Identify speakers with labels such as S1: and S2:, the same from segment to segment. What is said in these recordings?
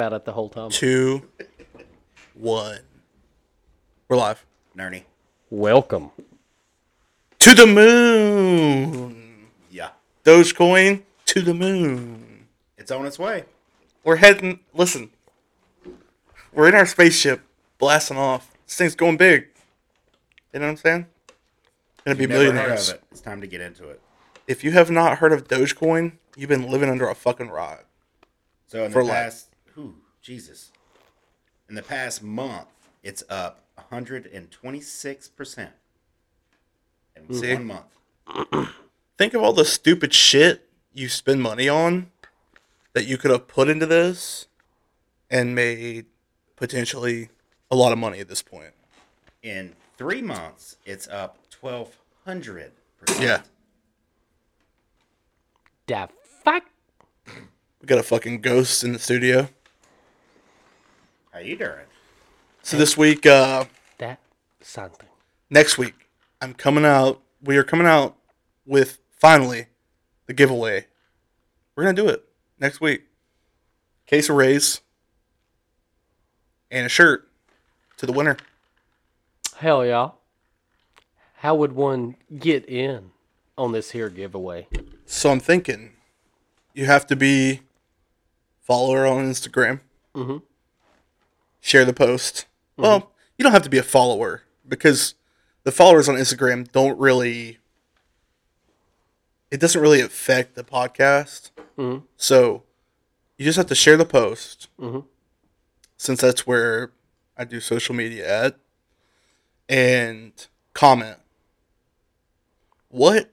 S1: about it the whole time.
S2: two, one. We're live.
S3: Nerny.
S1: Welcome.
S2: To the moon.
S3: Yeah.
S2: Dogecoin to the moon.
S3: It's on its way.
S2: We're heading. Listen, we're in our spaceship, blasting off. This thing's going big. You know what I'm saying? Gonna be
S3: Never heard
S2: millionaires.
S3: of it. It's time to get into it.
S2: If you have not heard of Dogecoin, you've been living under a fucking rock.
S3: So in
S2: For
S3: the
S2: life.
S3: past, ooh, Jesus. In the past month, it's up 126% in
S2: See?
S3: one month.
S2: Think of all the stupid shit you spend money on that you could have put into this and made potentially a lot of money at this point.
S3: In three months, it's up 1,200%.
S2: Yeah.
S1: Da fuck.
S2: We got a fucking ghost in the studio.
S3: How you doing?
S2: So this week, uh,
S1: That something.
S2: next week, I'm coming out. We are coming out with finally the giveaway. We're gonna do it next week. Case of rays and a shirt to the winner.
S1: Hell yeah. How would one get in on this here giveaway?
S2: So I'm thinking, you have to be follower on Instagram. Share the post. Well, you don't have to be a follower because the followers on Instagram don't really. It doesn't really affect the podcast. So you just have to share the post. Since that's where I do social media at, and comment. What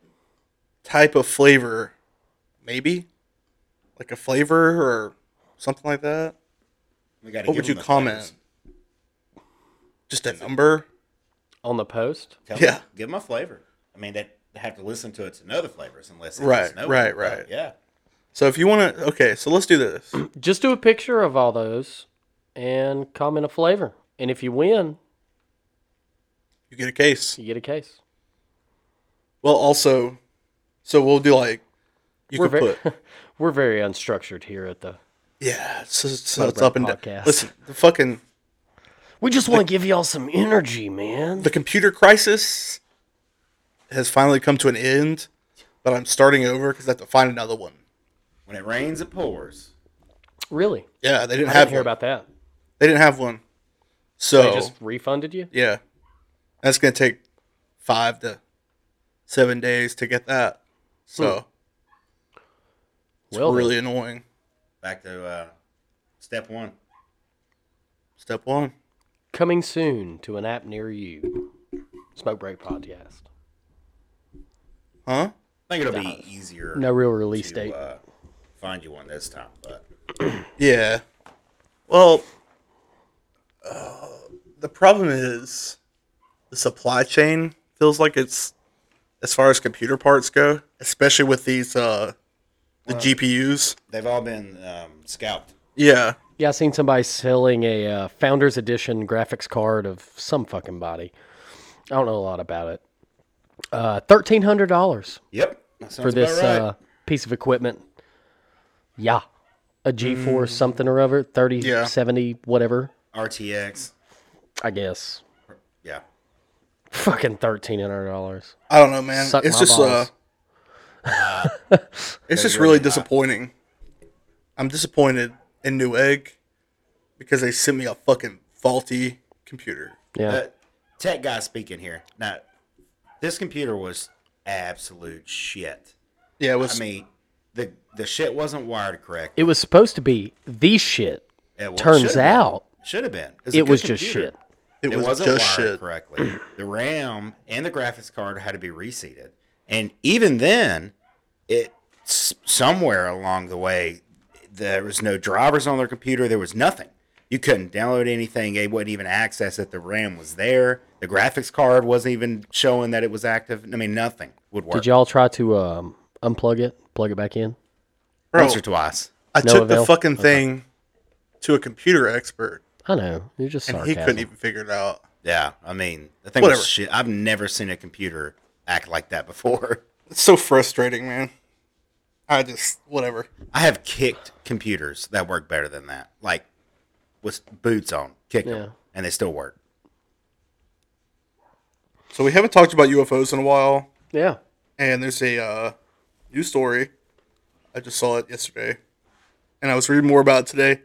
S2: type of flavor, maybe, like a flavor or something like that.
S3: We gotta
S2: What
S3: give
S2: would
S3: them
S2: you
S3: the
S2: comment?
S3: flavors.
S2: Just a number.
S1: On the post?
S3: Tell
S2: Yeah.
S3: Them, give them a flavor. I mean, they they have to listen to it to know the flavors unless they
S2: Right,
S3: just know
S2: right,
S3: it. But,
S2: right.
S3: Yeah.
S2: So if you want to, okay, so let's do this.
S1: Just do a picture of all those and comment a flavor. And if you win,
S2: You get a case.
S1: you get a case.
S2: Well, also, so we'll do like you
S1: We're
S2: could
S1: very,
S2: put.
S1: we're very unstructured here at the.
S2: Yeah, so, so
S1: Not
S2: it's
S1: about
S2: up and down.
S1: podcast.
S2: Listen, the fucking
S1: We just want to give y'all some energy, man.
S2: the computer crisis has finally come to an end, but I'm starting over because I have to find another one.
S3: When it rains, it pours.
S1: really?
S2: Yeah, they didn't
S1: I
S2: have
S1: didn't hear
S2: one.
S1: about that.
S2: they didn't have one. So
S1: They just refunded you?
S2: Yeah. That's going to take five to seven days to get that. So Hmm. it's
S1: Well, then.
S2: really annoying.
S3: Back to uh, step one.
S2: Step one.
S1: Coming soon to an app near you. Smoke Break Podcast.
S2: Huh?
S3: I think it'll be easier.
S1: No real release
S3: to,
S1: date.
S3: Uh, find you one this time, but
S2: Yeah. Well, uh, the problem is the supply chain feels like it's, as far as computer parts go, especially with these, uh, the GPUs.
S3: they've all been um, scalped.
S2: Yeah.
S1: Yeah, I seen somebody selling a uh, Founders Edition graphics card of some fucking body. I don't know a lot about it. Uh, Thirteen hundred dollars
S3: Yep. That sounds
S1: for this
S3: about right.
S1: uh, piece of equipment. Yeah, a G four something or other, thirty seventy
S2: Yeah.
S1: whatever.
S3: RTX.
S1: I guess
S3: Yeah.
S1: fucking thirteen hundred dollars.
S2: I don't know, man.
S1: Suck
S2: it's
S1: my
S2: just uh,
S1: balls.
S2: it's just
S3: you're
S2: really
S3: not.
S2: disappointing. I'm disappointed in Newegg because they sent me a fucking faulty computer.
S1: Yeah,
S3: Uh, tech guy speaking here. Now, this computer was absolute shit.
S2: Yeah, it
S3: I
S2: was.
S3: mean, the the shit wasn't wired correct.
S1: it was supposed to be the shit. Turns out
S3: should have been.
S1: it was just shit.
S2: it,
S3: It,
S2: was
S3: wasn't
S2: just
S3: wired
S2: shit.
S3: correctly. The RAM and the graphics card had to be reseated, and even then, it s- somewhere along the way, there was no drivers on their computer. There was nothing. You couldn't download anything. It wouldn't even access it. The RAM was there. The graphics card wasn't even showing that it was active. I mean, nothing would work.
S1: Did y'all try to um, unplug it, plug it back in?
S2: Bro,
S3: once or twice?
S2: I
S1: No
S2: took the
S1: avail?
S2: fucking thing to a computer expert,
S1: I know you're just
S2: and
S1: sarcasm.
S2: he couldn't even figure it out.
S3: Yeah, I mean, the thing
S2: Whatever.
S3: was shit. I've never seen a computer act like that before.
S2: It's so frustrating, man. I just whatever.
S3: I have kicked computers that work better than that. Like with boots on, kicked
S1: Yeah.
S3: them, and they still work.
S2: So we haven't talked about UFOs in a while,
S1: Yeah.
S2: and there's a uh, new story. I just saw it yesterday, and I was reading more about it today.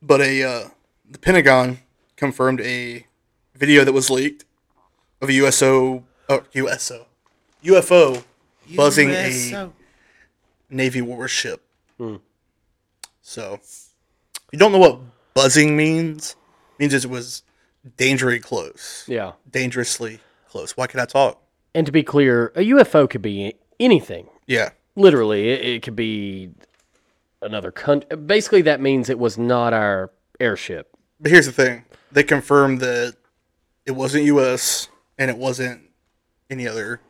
S2: But a uh, the Pentagon confirmed a video that was leaked of a USO, oh, USO, UFO buzzing a Navy warship. So, if you don't know what buzzing means? means it was dangerously close.
S1: Yeah.
S2: Dangerously close. Why can I talk?
S1: And to be clear, a UFO could be anything.
S2: Yeah.
S1: Literally, it, it could be another country. Basically, that means it was not our airship.
S2: But here's the thing. They confirmed that it wasn't US and it wasn't any other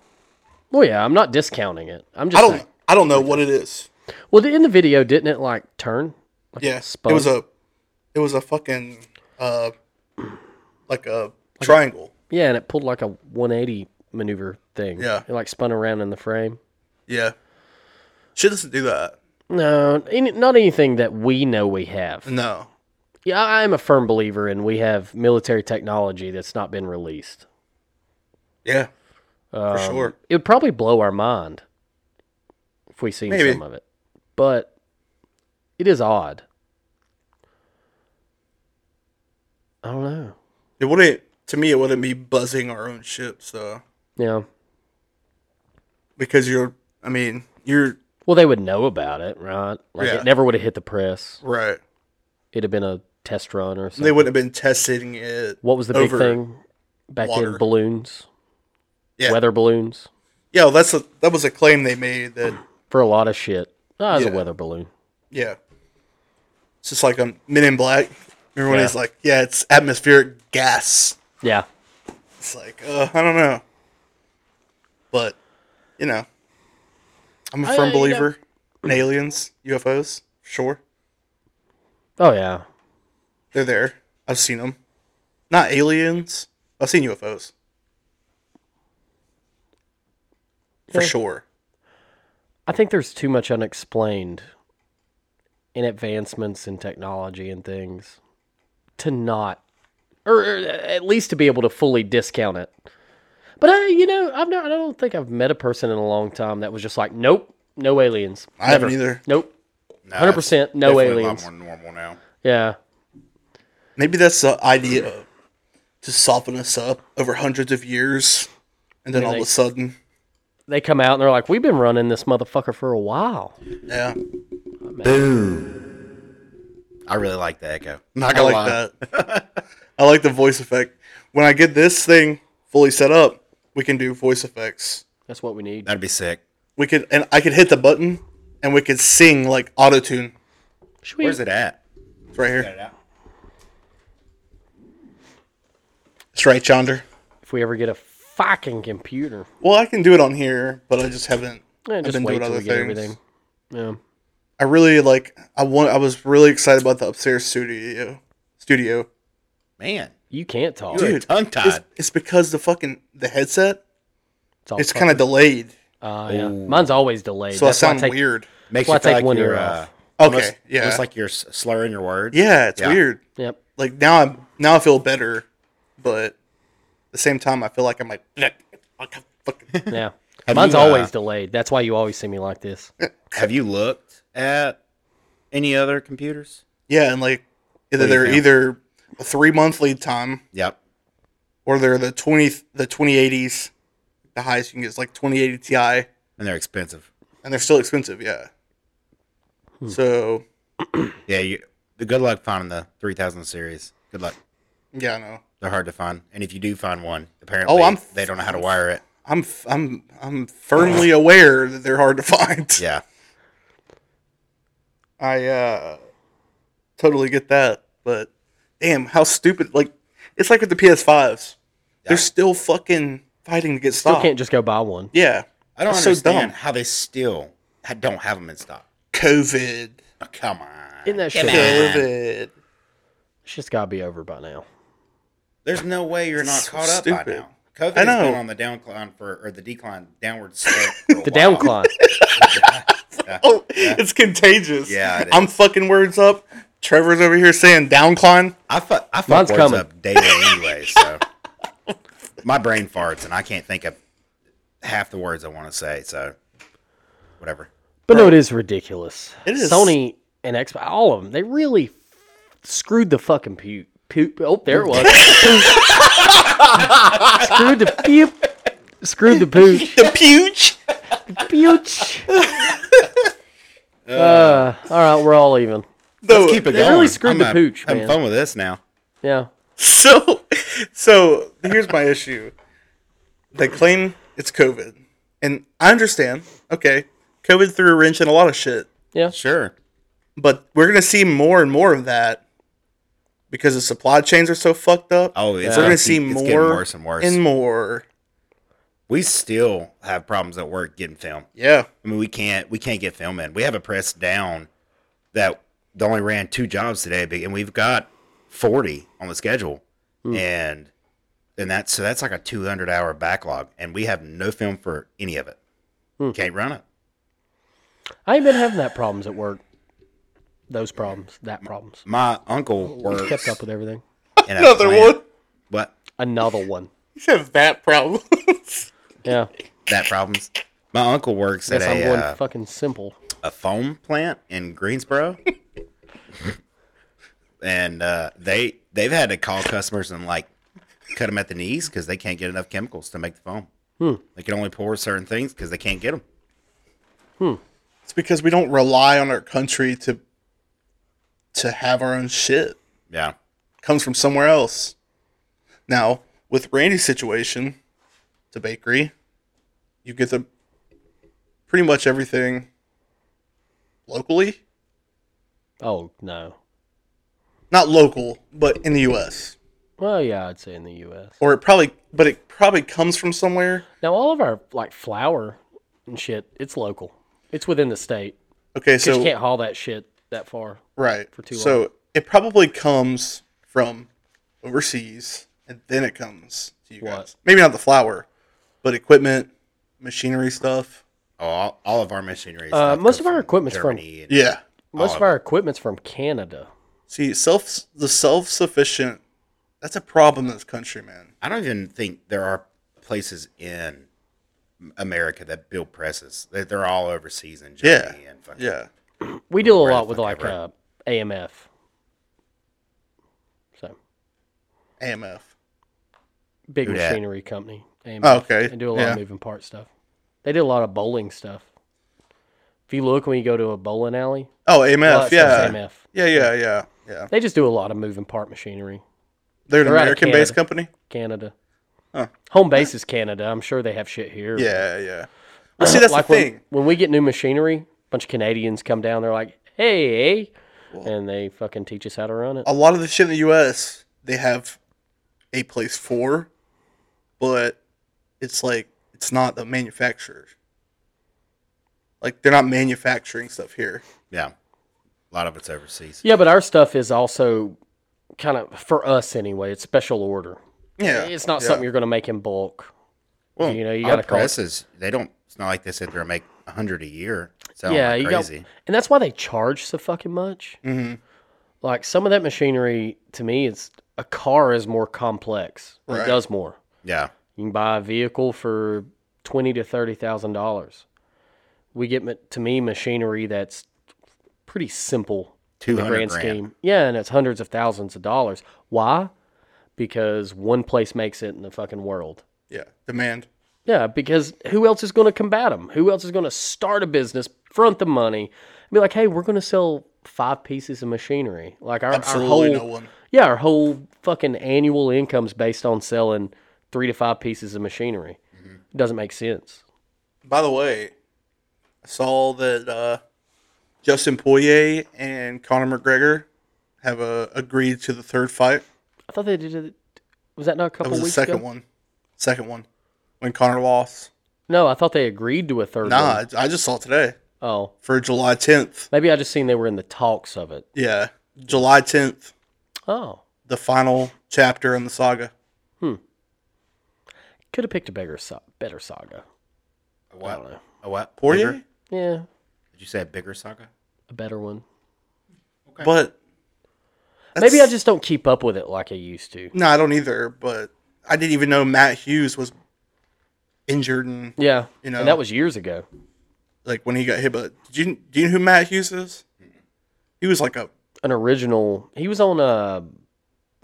S1: Well, yeah, I'm not discounting it. I'm
S2: I
S1: just
S2: don't
S1: saying.
S2: I don't know what it is.
S1: Well, in the video, didn't it like turn? Like,
S2: Yeah.
S1: spun?
S2: It was a it was a fucking uh like a triangle.
S1: yeah, and it pulled like a 180 maneuver thing.
S2: Yeah.
S1: it like spun around in the frame.
S2: Yeah. Shit doesn't do that.
S1: No, any, not anything that we know we have.
S2: No.
S1: Yeah, I am a firm believer in we have military technology that's not been released.
S2: Yeah. For sure.
S1: Um, It would probably blow our mind if we seen
S2: Maybe.
S1: some of it, but it is odd. I don't know.
S2: It wouldn't to me it wouldn't be buzzing our own ships though.
S1: Yeah.
S2: Because you're I mean, you're
S1: Well, they would know about it, right? Like
S2: Yeah.
S1: it never would have hit the press.
S2: right.
S1: It'd have been a test run or something.
S2: They wouldn't have been testing it.
S1: what was the big
S2: over
S1: thing back in
S2: water.
S1: balloons?
S2: Yeah.
S1: Weather balloons
S2: Yeah, well, that's a that was a claim they made that
S1: for a lot of shit. Ah, it's
S2: Yeah.
S1: a weather balloon.
S2: yeah. It's just like a Men in Black. Remember when
S1: Yeah.
S2: he's like, yeah, it's atmospheric gas.
S1: Yeah.
S2: It's like, uh, I don't know. But, you know, I'm a
S1: I- uh,
S2: firm
S1: you know-
S2: believer in aliens, UFOs, sure.
S1: Oh yeah.
S2: They're there. I've seen them. Not aliens. I've seen UFOs. For
S1: Yeah.
S2: sure.
S1: I think there's too much unexplained in advancements in technology and things to not, or, or at least to be able to fully discount it. But I, you know, I've not, I don't think I've met a person in a long time that was just like, nope, no aliens.
S2: I haven't either.
S1: Nope.
S3: No,
S1: 100%
S3: it's
S1: no
S3: definitely
S1: aliens.
S3: A lot more normal now.
S1: Yeah.
S2: Maybe that's the idea of to soften us up over hundreds of years, and then all of
S1: they-
S2: a sudden,
S1: They come out and they're like, we've been running this motherfucker for a while.
S2: yeah,
S3: Boom. I really like the echo. Not
S2: I
S3: gonna
S2: like
S3: lie.
S2: that. I like the voice effect. When I get this thing fully set up, we can do voice effects.
S1: That's what we need.
S3: That'd be sick.
S2: We could, and I could hit the button, and we could sing like auto tune.
S1: Should we,
S3: Where's it at?
S2: It's right here. It's right yonder.
S1: if we ever get a fucking computer?
S2: Well, I can do it on here, but I just haven't.
S1: Eh,
S2: I've
S1: just
S2: been
S1: wait
S2: doing
S1: till
S2: other
S1: we get
S2: things.
S1: everything. Yeah.
S2: I really like. I want. I was really excited about the upstairs studio. Studio.
S3: Man,
S1: You can't talk.
S3: Dude,
S2: Dude,
S3: tongue-tied.
S2: It's, it's because the fucking the headset.
S1: all
S2: It's kind of delayed,
S1: Uh, yeah. Mine's always delayed.
S2: so
S1: Oh, That's
S2: I
S1: why
S2: sound
S1: take-
S2: weird.
S3: makes
S1: Well, I
S3: you feel
S1: take
S3: like
S1: one
S3: you're
S1: ear off.
S3: uh,
S2: Okay,
S3: almost-
S2: yeah.
S3: almost like you're s- slurring your words.
S2: Yeah, it's
S3: Yeah.
S2: weird.
S1: Yep.
S2: Like now I'm now I feel better, but at the same time I feel like I'm like like, fucking-
S1: Yeah.
S3: Have
S1: Mine's
S3: you, uh,
S1: always delayed. That's why you always see me like this.
S3: Have you looked at any other computers?
S2: yeah, and like either
S3: do you
S2: they're
S3: think?
S2: either a three month lead time
S3: Yep.
S2: or they're the twenty the twenty eighties. The highest you can get is like twenty eighty Ti, and
S3: And they're expensive.
S2: they're still expensive. Yeah.
S3: Hmm.
S2: So
S3: Yeah, you good luck finding the 3000 series. Good luck.
S2: yeah, I know.
S3: They're hard to find. And if you do find one, apparently
S2: Oh, I'm-
S3: they don't know how to wire it.
S2: I'm f- I'm I'm firmly aware that they're hard to find.
S3: Yeah.
S2: I uh totally get that, but damn, how stupid! Like it's like with the PS5s,
S3: Yeah.
S2: they're still fucking fighting to get
S1: Still
S2: stopped.
S1: can't just go buy one.
S2: yeah,
S3: I don't
S2: That's so
S3: understand
S2: dumb.
S3: how they still ha- don't have them in stock.
S2: COVID,
S3: Oh, come on.
S1: Isn't that shit-
S3: Come on.
S2: COVID.
S1: It's just gotta be over by now.
S3: There's no way you're not
S2: So
S3: caught up by
S2: stupid.
S3: now. COVID
S2: I
S3: has been
S2: know.
S3: on the downcline for or the decline downward slope. For a
S1: The
S3: while.
S1: downcline.
S2: Oh, it's contagious.
S3: Yeah, it
S2: I'm fucking words up. Trevor's over here saying downcline.
S3: I fuck, I fuck
S1: Mine's
S3: words
S1: coming.
S3: up daily anyway, so my brain farts and I can't think of half the words I want to say. So whatever.
S1: But no, it is ridiculous.
S2: It is.
S1: Sony and Xbox, all of them, they really f- screwed the fucking pu Poop. Oh, there it was. screwed the poop. Screwed the pooch.
S2: The pooch.
S1: Pooch. Uh, all right, we're all even.
S2: Let's
S3: Keep it
S1: they
S3: going.
S1: really screwed
S3: I'm
S1: the
S3: uh,
S1: pooch,
S3: Having
S1: man.
S3: fun with this now.
S1: Yeah.
S2: So, so here's my issue. They claim it's COVID, and I understand. Okay, COVID threw a wrench in a lot of shit,
S1: Yeah.
S3: Sure.
S2: but we're gonna see more and more of that because the supply chains are so fucked up.
S3: Oh, it's
S2: we're
S3: gonna
S2: gonna
S3: keep-
S2: see
S3: it's
S2: more
S3: getting worse and worse.
S2: and more.
S3: We still have problems at work getting film.
S2: Yeah,
S3: I mean, we can't we can't get film in. We have a press down that they only ran two jobs today, but- and we've got forty on the schedule,
S1: Hmm.
S3: and and that's so that's like a two hundred hour backlog, and we have no film for any of it.
S1: Hmm.
S3: Can't run it.
S1: I ain't been having that problems at work. Those problems. That problems.
S3: My uncle works
S1: Kept up with everything.
S3: in a
S2: another
S3: plant-
S2: one.
S3: What
S1: Another one.
S2: You have that problem.
S1: Yeah.
S3: that problems? My uncle works at
S1: Guess I'm
S3: a
S1: going
S3: uh,
S1: fucking simple.
S3: a foam plant in Greensboro, and uh, they they've had to call customers and like cut them at the knees because they can't get enough chemicals to make the foam.
S1: Hmm.
S3: They can only pour certain things because they can't get them.
S2: it's because we don't rely on our country to to have our own shit.
S3: Yeah,
S2: comes from somewhere else. Now, with Randy's situation, the bakery, you get the pretty much everything locally.
S1: Oh, no.
S2: Not local, but in the US.
S1: Well, yeah, I'd say in the U.S.
S2: Or it probably but it probably comes from somewhere.
S1: Now all of our like flour and shit, it's local. It's within the state.
S2: Okay,
S1: 'Cause you
S2: so
S1: can't haul that shit that far.
S2: right.
S1: too
S2: so it probably comes from overseas and then it comes to you
S1: What?
S2: guys. Maybe not the flour, but equipment, machinery stuff.
S3: oh, all, all of our machinery.
S1: Uh,
S3: stuff
S1: most
S3: comes
S1: of our equipment's from-
S3: Germany and-
S2: Yeah.
S1: Most of
S3: of
S1: our equipment's from Canada.
S2: See, self the self sufficient. That's a problem in this country, man.
S3: I don't even think there are places in America that build presses. They, they're all overseas in
S2: Yeah,
S3: Germany and fucking
S2: yeah.
S1: We deal a
S3: Right,
S1: lot with
S3: fuck
S1: like
S3: yeah,
S1: uh, AMF. So
S2: AMF.
S1: big
S3: Who dat?
S1: machinery company. AMF.
S2: Oh, okay,
S1: They do a lot
S2: yeah.
S1: of moving part stuff. They do a lot of bowling stuff. If you look when you go to a bowling alley, a
S2: Oh,
S1: lot
S2: AMF.
S1: of stuff's
S2: Yeah.
S1: AMF.
S2: yeah, yeah, yeah, yeah.
S1: They just do a lot of moving part machinery.
S2: They're an
S1: They're out of
S2: American-based
S1: Canada.
S2: company.
S1: Canada.
S2: Huh.
S1: Home base is Canada. I'm sure they have shit here.
S2: Yeah, yeah. Well, see, that's
S1: like
S2: the
S1: when,
S2: thing.
S1: When we get new machinery, a bunch of Canadians come down. They're like, "Hey," and they fucking teach us how to run it.
S2: A lot of the shit in the U.S. they have a place for, but it's like it's not the manufacturer. Like they're not manufacturing stuff here.
S3: yeah. A lot of it's overseas.
S1: Yeah, but our stuff is also kind of for us anyway. It's special order.
S2: Yeah,
S1: It's not
S2: yeah.
S1: something you're going to make in bulk.
S3: Well,
S1: You know, you
S3: our
S1: gotta call it-
S3: presses. They don't. It's not like they sit there and make a hundred a year. Sound
S1: yeah,
S3: like
S1: you got,
S3: Oh, crazy.
S1: and that's why they charge so fucking much. Mm-hmm. Like some of that machinery to me, it's a car is more complex. It
S2: Right.
S1: does more.
S3: Yeah,
S1: You can buy a vehicle for twenty to thirty thousand dollars. We get ma- to me machinery that's pretty simple in the
S3: 200
S1: grand
S3: grand.
S1: scheme. Yeah, and it's hundreds of thousands of dollars. Why? Because one place makes it in the fucking world.
S2: Yeah, demand.
S1: Yeah, because who else is going to combat them? Who else is going to start a business, front the money, be like, hey, we're going to sell five pieces of machinery. Like our, our whole,
S2: Absolutely no one.
S1: yeah, our whole fucking annual income's based on selling three to five pieces of machinery.
S2: Mm-hmm.
S1: It doesn't make sense.
S2: By the way, I saw that uh, Justin Poirier and Conor McGregor have uh, agreed to the third fight.
S1: I thought they did it. Was that not a
S2: That
S1: couple
S2: was the
S1: weeks
S2: second
S1: ago?
S2: one. Second one. When Conor lost.
S1: No, I thought they agreed to a third
S2: Nah,
S1: one.
S2: I I just saw it today
S1: Oh,
S2: for July 10th.
S1: maybe I just seen they were in the talks of it.
S2: Yeah. July 10th,
S1: Oh,
S2: the final chapter in the saga.
S1: could have picked a bigger, so- better saga.
S3: A
S1: I
S3: what?
S1: don't know.
S3: A what?
S2: Poirier?
S3: Bigger?
S1: Yeah,
S3: Did you say a bigger saga?
S1: a better one.
S2: But
S1: Maybe I just don't keep up with it like I used to.
S2: No, I don't either. But I didn't even know Matt Hughes was injured and
S1: Yeah,
S2: You know.
S1: and that was years ago.
S2: like when he got hit. But do you do you know who Matt Hughes is? He was like a
S1: An original. He was on uh,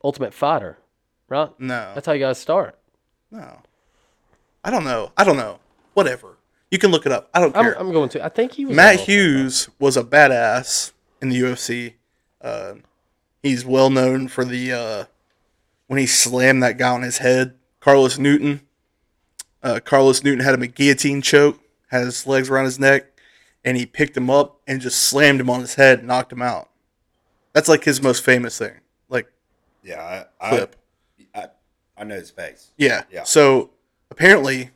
S1: Ultimate Fighter, right?
S2: no,
S1: That's how you guys start.
S2: no. I don't know. I don't know. Whatever. You can look it up. I don't
S1: I'm,
S2: care.
S1: I'm going to. I think he was
S2: Matt
S1: on-
S2: Hughes was a badass in the UFC. Uh, he's well known for the uh, when he slammed that guy on his head, Carlos Newton. Uh, Carlos Newton had him a guillotine choke, had his legs around his neck, and he picked him up and just slammed him on his head, and knocked him out. That's like his most famous thing. Like
S3: Yeah, I, I,
S2: clip.
S3: I, I know his face.
S2: Yeah.
S3: Yeah.
S2: So apparently,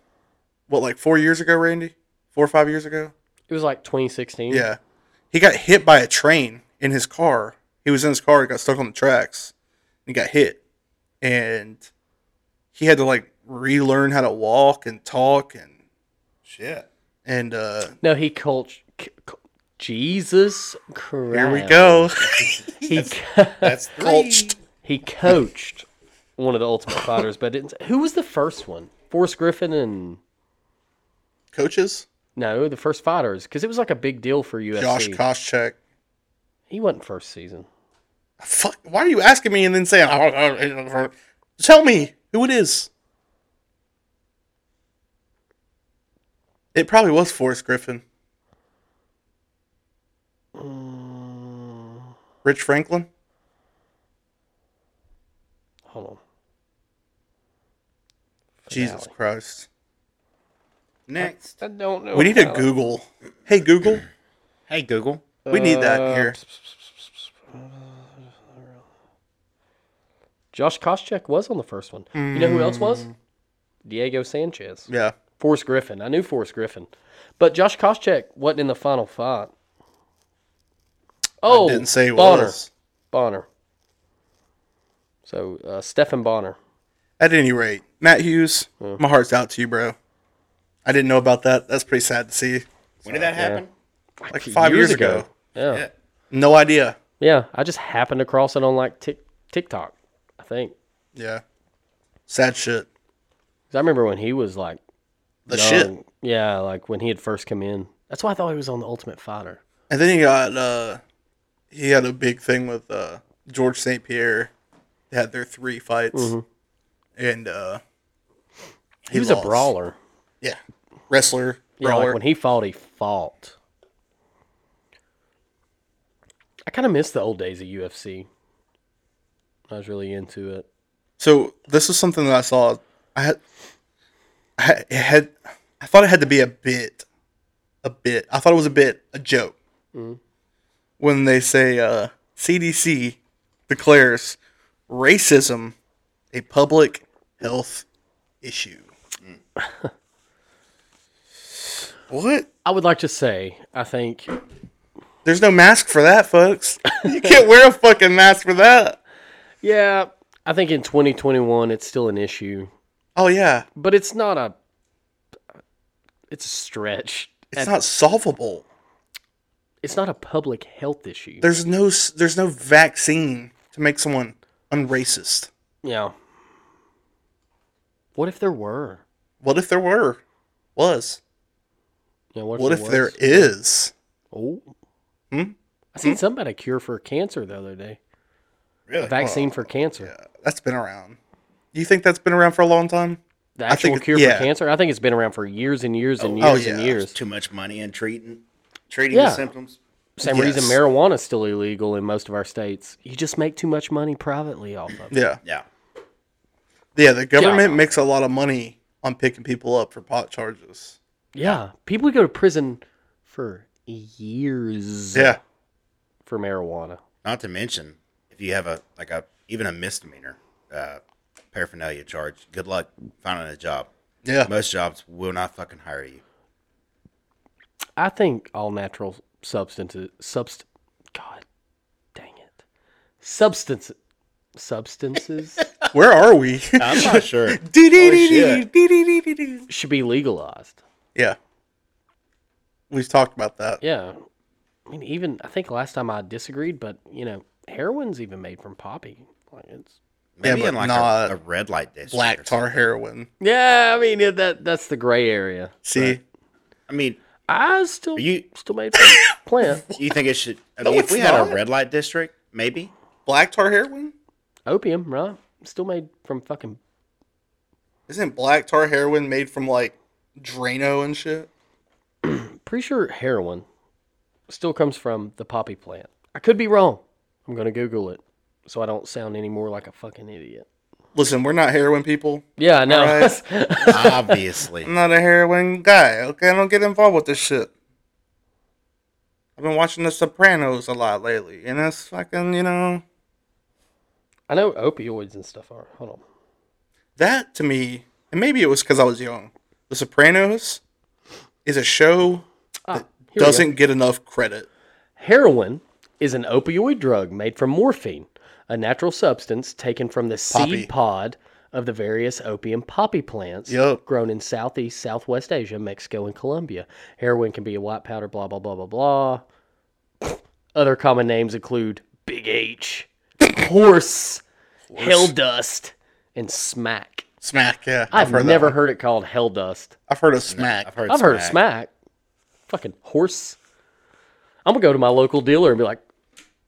S2: what like four years ago, Randy? Four or five years ago?
S1: It was like 2016.
S2: Yeah. He got hit by a train in his car. He was in his car, got stuck on the tracks, and got hit. And he had to like relearn how to walk and talk and
S3: Shit.
S2: and uh
S1: No, he coached. c- c- Jesus Christ.
S2: here we go.
S1: He co-
S3: That's
S2: Gulched.
S1: he coached one of the Ultimate Fighters, but it's, who was the first one? Forrest Griffin and
S2: Coaches?
S1: no, the first fighters, because it was like a big deal for UFC.
S2: Josh Koscheck.
S1: he wasn't first season.
S2: Fuck why are you asking me and then saying "Oh, Tell me who it is. It probably was Forrest Griffin.
S1: Mm,
S2: Rich Franklin?
S1: Hold on.
S2: Jesus
S1: Finale.
S2: Christ.
S3: Next.
S1: I don't know.
S2: We need a
S1: how-
S2: Google. Hey Google.
S3: Hey Google.
S2: We need
S1: Uh,
S2: that here.
S1: Josh Koscheck was on the first one. You know who else was?
S2: Mm.
S1: Diego Sanchez.
S2: Yeah.
S1: Forrest Griffin. I knew Forrest Griffin. But Josh Koscheck wasn't in the final fight. Oh,
S2: Didn't say it
S1: Bonner.
S2: was.
S1: Bonner. So, uh, Stefan Bonner.
S2: At any rate, Matt Hughes,
S1: Uh.
S2: my heart's out to you, bro. I didn't know about that. That's pretty sad to see.
S3: When did that happen?
S2: Like five years, ago.
S1: Yeah. yeah.
S3: Yeah.
S2: No idea.
S1: I just happened across it on like Tik TikTok, I think.
S2: Yeah. Sad shit.
S1: 'Cause I remember when he was like
S2: The
S1: young.
S2: shit.
S1: Yeah, like when he had first come in. That's why I thought he was on the Ultimate Fighter.
S2: And then he got uh he had a big thing with uh George St. Pierre. They had their three fights. And uh
S1: Mm-hmm. He, was
S2: lost.
S1: a brawler.
S2: Yeah. Wrestler,
S1: Yeah,
S2: brawler.
S1: like when he fought, he fought. I kind of miss the old days of UFC. I was really into it.
S2: So this is something that I saw. I had, I had- it had, I thought it had to be a bit, a bit. I thought it was a bit, a joke. When they say uh, CDC declares racism a public health issue. what?
S1: I would like to say, I think
S2: There's no mask for that, folks. you can't wear a fucking mask for that.
S1: Yeah, I think in 2021 it's still an issue,
S2: Oh yeah,
S1: but it's not a it's a stretch.
S2: it's not solvable.
S1: It's not a public health issue.
S2: there's no s- there's no vaccine to make someone unracist.
S1: Yeah. What if there were?
S2: What if there were? Was.
S1: Yeah, what if,
S2: What
S1: there,
S2: if there
S1: was?
S2: is?
S1: Oh. Hmm? I
S2: Hmm?
S1: seen something about a cure for cancer the other day.
S3: Really?
S1: A vaccine for cancer.
S2: That's been around. You think that's been around for a long time?
S1: The
S2: I think
S1: actual
S2: it-
S1: cure
S2: yeah.
S1: for cancer? I think it's been around for years and years and years
S2: Oh,
S1: and
S2: yeah.
S1: years.
S3: Too much money in treating treating
S1: Yeah.
S3: the symptoms.
S1: Same reason
S2: Yes.
S1: marijuana's still illegal in most of our states. You just make too much money privately off of it.
S2: Yeah.
S3: Yeah.
S2: Yeah, the government
S1: Yeah.
S2: makes a lot of money on picking people up for pot charges.
S1: Yeah, people go to prison for years.
S2: Yeah.
S1: for marijuana.
S3: Not to mention, if you have a like a even a misdemeanor uh, paraphernalia charge, good luck finding a job.
S2: Yeah.
S3: Most jobs will not fucking hire you.
S1: I think all natural substances, subst, God, dang it, substance, substances
S2: Where are we?
S3: I'm not sure. shit.
S2: Dee-dee-dee-dee-dee-dee-dee-dee.
S1: should be legalized.
S2: yeah. We've talked about that.
S1: Yeah, I mean, even I think last time I disagreed, but you know, heroin's even made from poppy. Like it's
S3: Maybe
S2: but
S3: in like
S2: not
S3: a, a red light district. or
S2: Black
S3: something.
S2: tar heroin.
S1: yeah, I mean it- that that's the gray area.
S2: See,
S3: I mean,
S1: I still
S3: Are you-
S1: still made from plant
S3: do you think it should? I
S2: No,
S3: mean, if
S2: it's
S3: we had
S2: not.
S3: a red light district, maybe.
S2: black tar heroin
S1: opium, right? Still made from fucking
S2: isn't black tar heroin made from like Drano and shit.
S1: pretty sure heroin still comes from the poppy plant. I could be wrong. I'm gonna Google it so I don't sound any more like a fucking idiot.
S2: Listen, we're not heroin people.
S1: Yeah, I know.
S3: Obviously,
S2: I'm not a heroin guy. Okay, I don't get involved with this shit. I've been watching The Sopranos a lot lately, and that's fucking you know
S1: I know opioids and stuff are. Hold on.
S2: that to me. And maybe it was because I was young. The Sopranos is a show
S1: Ah, here we go.
S2: doesn't get enough credit.
S1: Heroin is an opioid drug made from morphine, a natural substance taken from the
S2: Poppy.
S1: seed pod of the various opium poppy plants
S2: Yup.
S1: grown in Southeast, Southwest Asia, Mexico, and Colombia. Heroin can be a white powder, blah, blah, blah, blah, blah. Other common names include Big H, Horse, Hell Dust, and Smack.
S2: Smack, yeah.
S1: I've,
S2: heard that
S1: never
S2: one.
S1: heard it called Hell Dust.
S2: I've heard of smack.
S3: I've heard.
S1: I've heard of smack. Fucking horse. I'm gonna go to my local dealer and be like,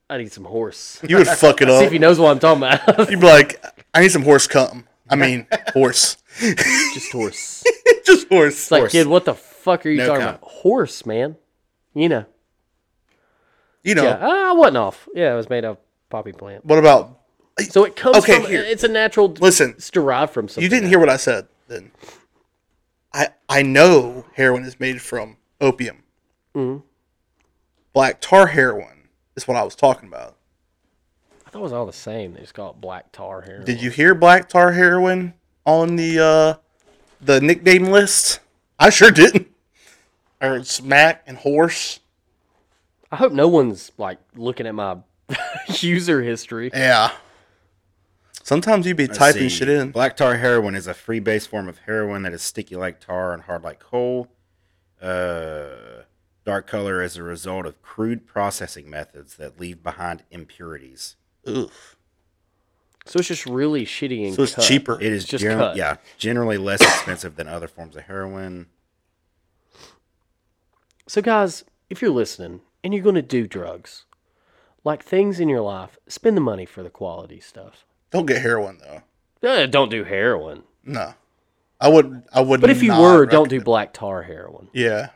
S1: I need some horse.
S2: You would fuck it
S1: See
S2: up.
S1: if he knows what I'm talking about.
S2: You'd be like, I need some horse cum. I mean, horse.
S1: Just horse.
S2: Just horse.
S1: It's like,
S2: horse.
S1: kid, what the fuck are you
S3: No
S1: talking
S3: count.
S1: about? Horse, man. You know.
S2: you know,
S1: Yeah. ah, I wasn't off. Yeah, it was made of poppy plant.
S2: what about.
S1: So it comes
S2: Okay,
S1: from
S2: here.
S1: it's a natural
S2: Listen,
S1: it's derived from something.
S2: you didn't hear what I said then. I, I know heroin is made from opium.
S1: Mm-hmm.
S2: Black tar heroin is what I was talking about.
S1: I thought it was all the same. They just call it black tar here.
S2: Did you hear black tar heroin on the uh, the nickname list? I sure didn't. I heard smack and horse.
S1: I hope no one's like looking at my user history.
S2: Yeah. Sometimes you'd be typing shit in.
S3: Black tar heroin is a free base form of heroin that is sticky like tar and hard like coal. Uh, dark color is a result of crude processing methods that leave behind impurities.
S2: Oof.
S1: So it's just really shitty and
S2: So it's
S1: cut.
S2: cheaper.
S3: It is
S1: Just
S3: gen-
S1: cut.
S3: yeah, generally less expensive than other forms of heroin.
S1: So, guys, if you're listening and you're going to do drugs, like things in your life, spend the money for the quality stuff.
S2: Don't get heroin though.
S1: Eh, don't do heroin.
S2: No, I would. I would.
S1: But if you
S2: not
S1: were,
S2: rec-
S1: don't do black tar heroin.
S2: Yeah,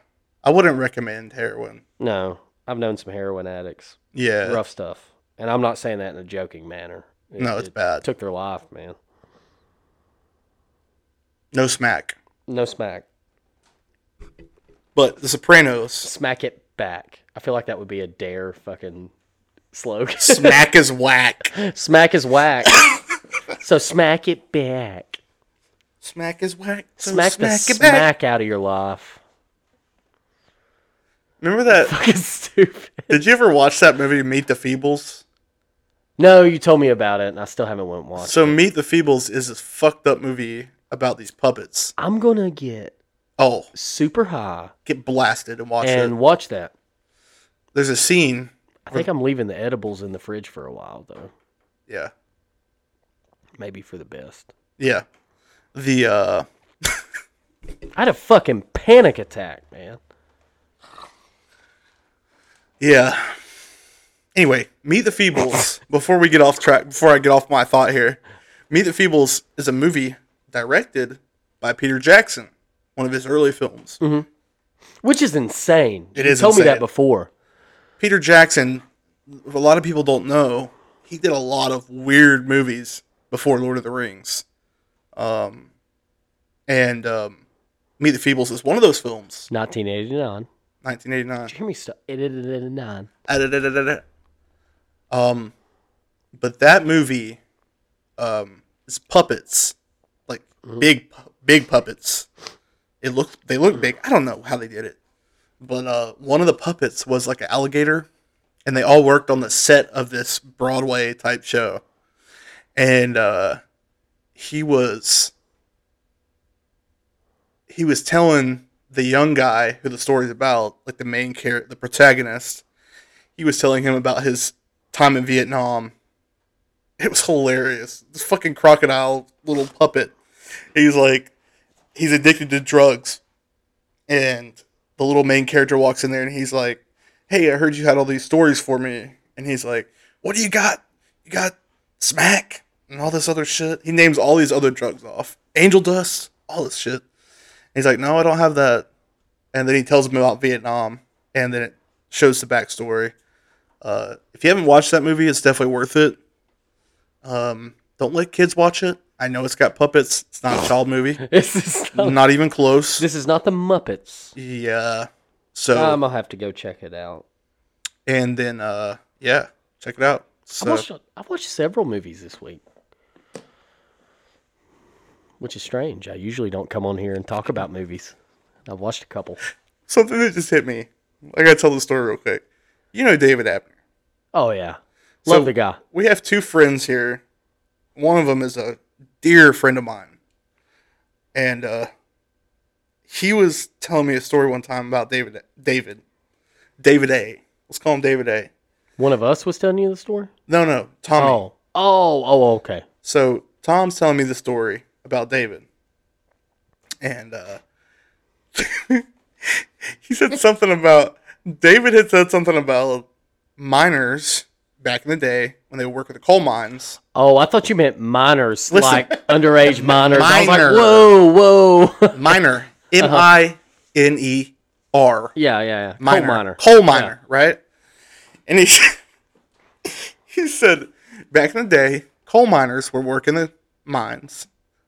S2: I wouldn't recommend heroin.
S1: No, I've known some heroin addicts.
S2: Yeah,
S1: Rough stuff. And I'm not saying that in a joking manner. It-
S2: No, it's
S1: it
S2: bad.
S1: Took their life, man.
S2: no smack.
S1: No smack.
S2: But The Sopranos,
S1: Smack it back. I feel like that would be a dare fucking slogan.
S2: smack is whack.
S1: smack is whack. so smack it back.
S2: Smack is whack. So
S1: Smack, the
S2: it back.
S1: smack out of your life.
S2: Remember that?
S1: Fucking stupid.
S2: Did you ever watch that movie Meet the Feebles?
S1: No, you told me about it, and I still haven't went and watched. it.
S2: So Meet the Feebles is this fucked up movie about these puppets.
S1: I'm gonna get
S2: Oh,
S1: super high
S2: get blasted and watch
S1: and
S2: it.
S1: watch that.
S2: There's a scene.
S1: I think I'm leaving the edibles in the fridge for a while, though.
S2: Yeah,
S1: Maybe for the best.
S2: yeah. The uh,
S1: I had a fucking panic attack, man.
S2: Yeah. Anyway, Meet the Feebles. before we get off track, before I get off my thought here, Meet the Feebles is a movie directed by Peter Jackson, one of his early films.
S1: Which is insane.
S2: It
S1: you
S2: is
S1: told me that
S2: insane.
S1: before.
S2: Peter Jackson, a lot of people don't know, he did a lot of weird movies before Lord of the Rings. Um, and um, Meet the Feebles is one of those films,
S1: 1989.
S2: 1989.
S1: Did you hear me? St- 89.
S2: Ah-da-da-da-da-da. Um, but that movie, um, is puppets, like big, pu- big puppets. It looked, they looked big. I don't know how they did it, but uh, one of the puppets was like an alligator, and they all worked on the set of this Broadway type show, and uh, he was, he was telling the young guy who the story's about, like the main character, the protagonist, he was telling him about his time in Vietnam. It was hilarious. This fucking crocodile little puppet. He's like, he's addicted to drugs, and the little main character walks in there and he's like, "Hey, I heard you had all these stories for me," and he's like, "What do you got? You got smack and all this other shit." He names all these other drugs off, angel dust, all this shit. And he's like, "No, I don't have that," and then he tells him about Vietnam, and then it shows the backstory. Uh, if you haven't watched that movie, it's definitely worth it. Um, don't let kids watch it. I know it's got puppets. It's not a child movie.
S1: This is not,
S2: Not even close.
S1: this is not the Muppets.
S2: Yeah. So
S1: Um, I'll have to go check it out.
S2: and then uh yeah, check it out. So
S1: I watched I watched several movies this week, which is strange. I usually don't come on here and talk about movies. I've watched a couple.
S2: something that just hit me. I gotta tell the story real quick. You know David Abner.
S1: Oh yeah, love
S2: So-
S1: the guy.
S2: We have two friends here. One of them is a dear friend of mine, and uh, he was telling me a story one time about David. David. David A. Let's call him David A.
S1: One of us was telling you the story.
S2: No, no, Tommy.
S1: Oh, oh, oh, okay.
S2: So Tom's telling me the story about David, and uh, he said something about David had said something about miners back in the day when they work at the coal mines.
S1: Oh, I thought you meant minors,
S2: Listen.
S1: like underage minors. I was like,
S2: Minor.
S1: whoa, whoa.
S2: Miner,
S1: Uh-huh.
S2: M I N E R.
S1: yeah, yeah, yeah. Coal
S2: miner,
S1: miner.
S2: coal miner, right? And he said- he said back in the day, coal miners were working the mines.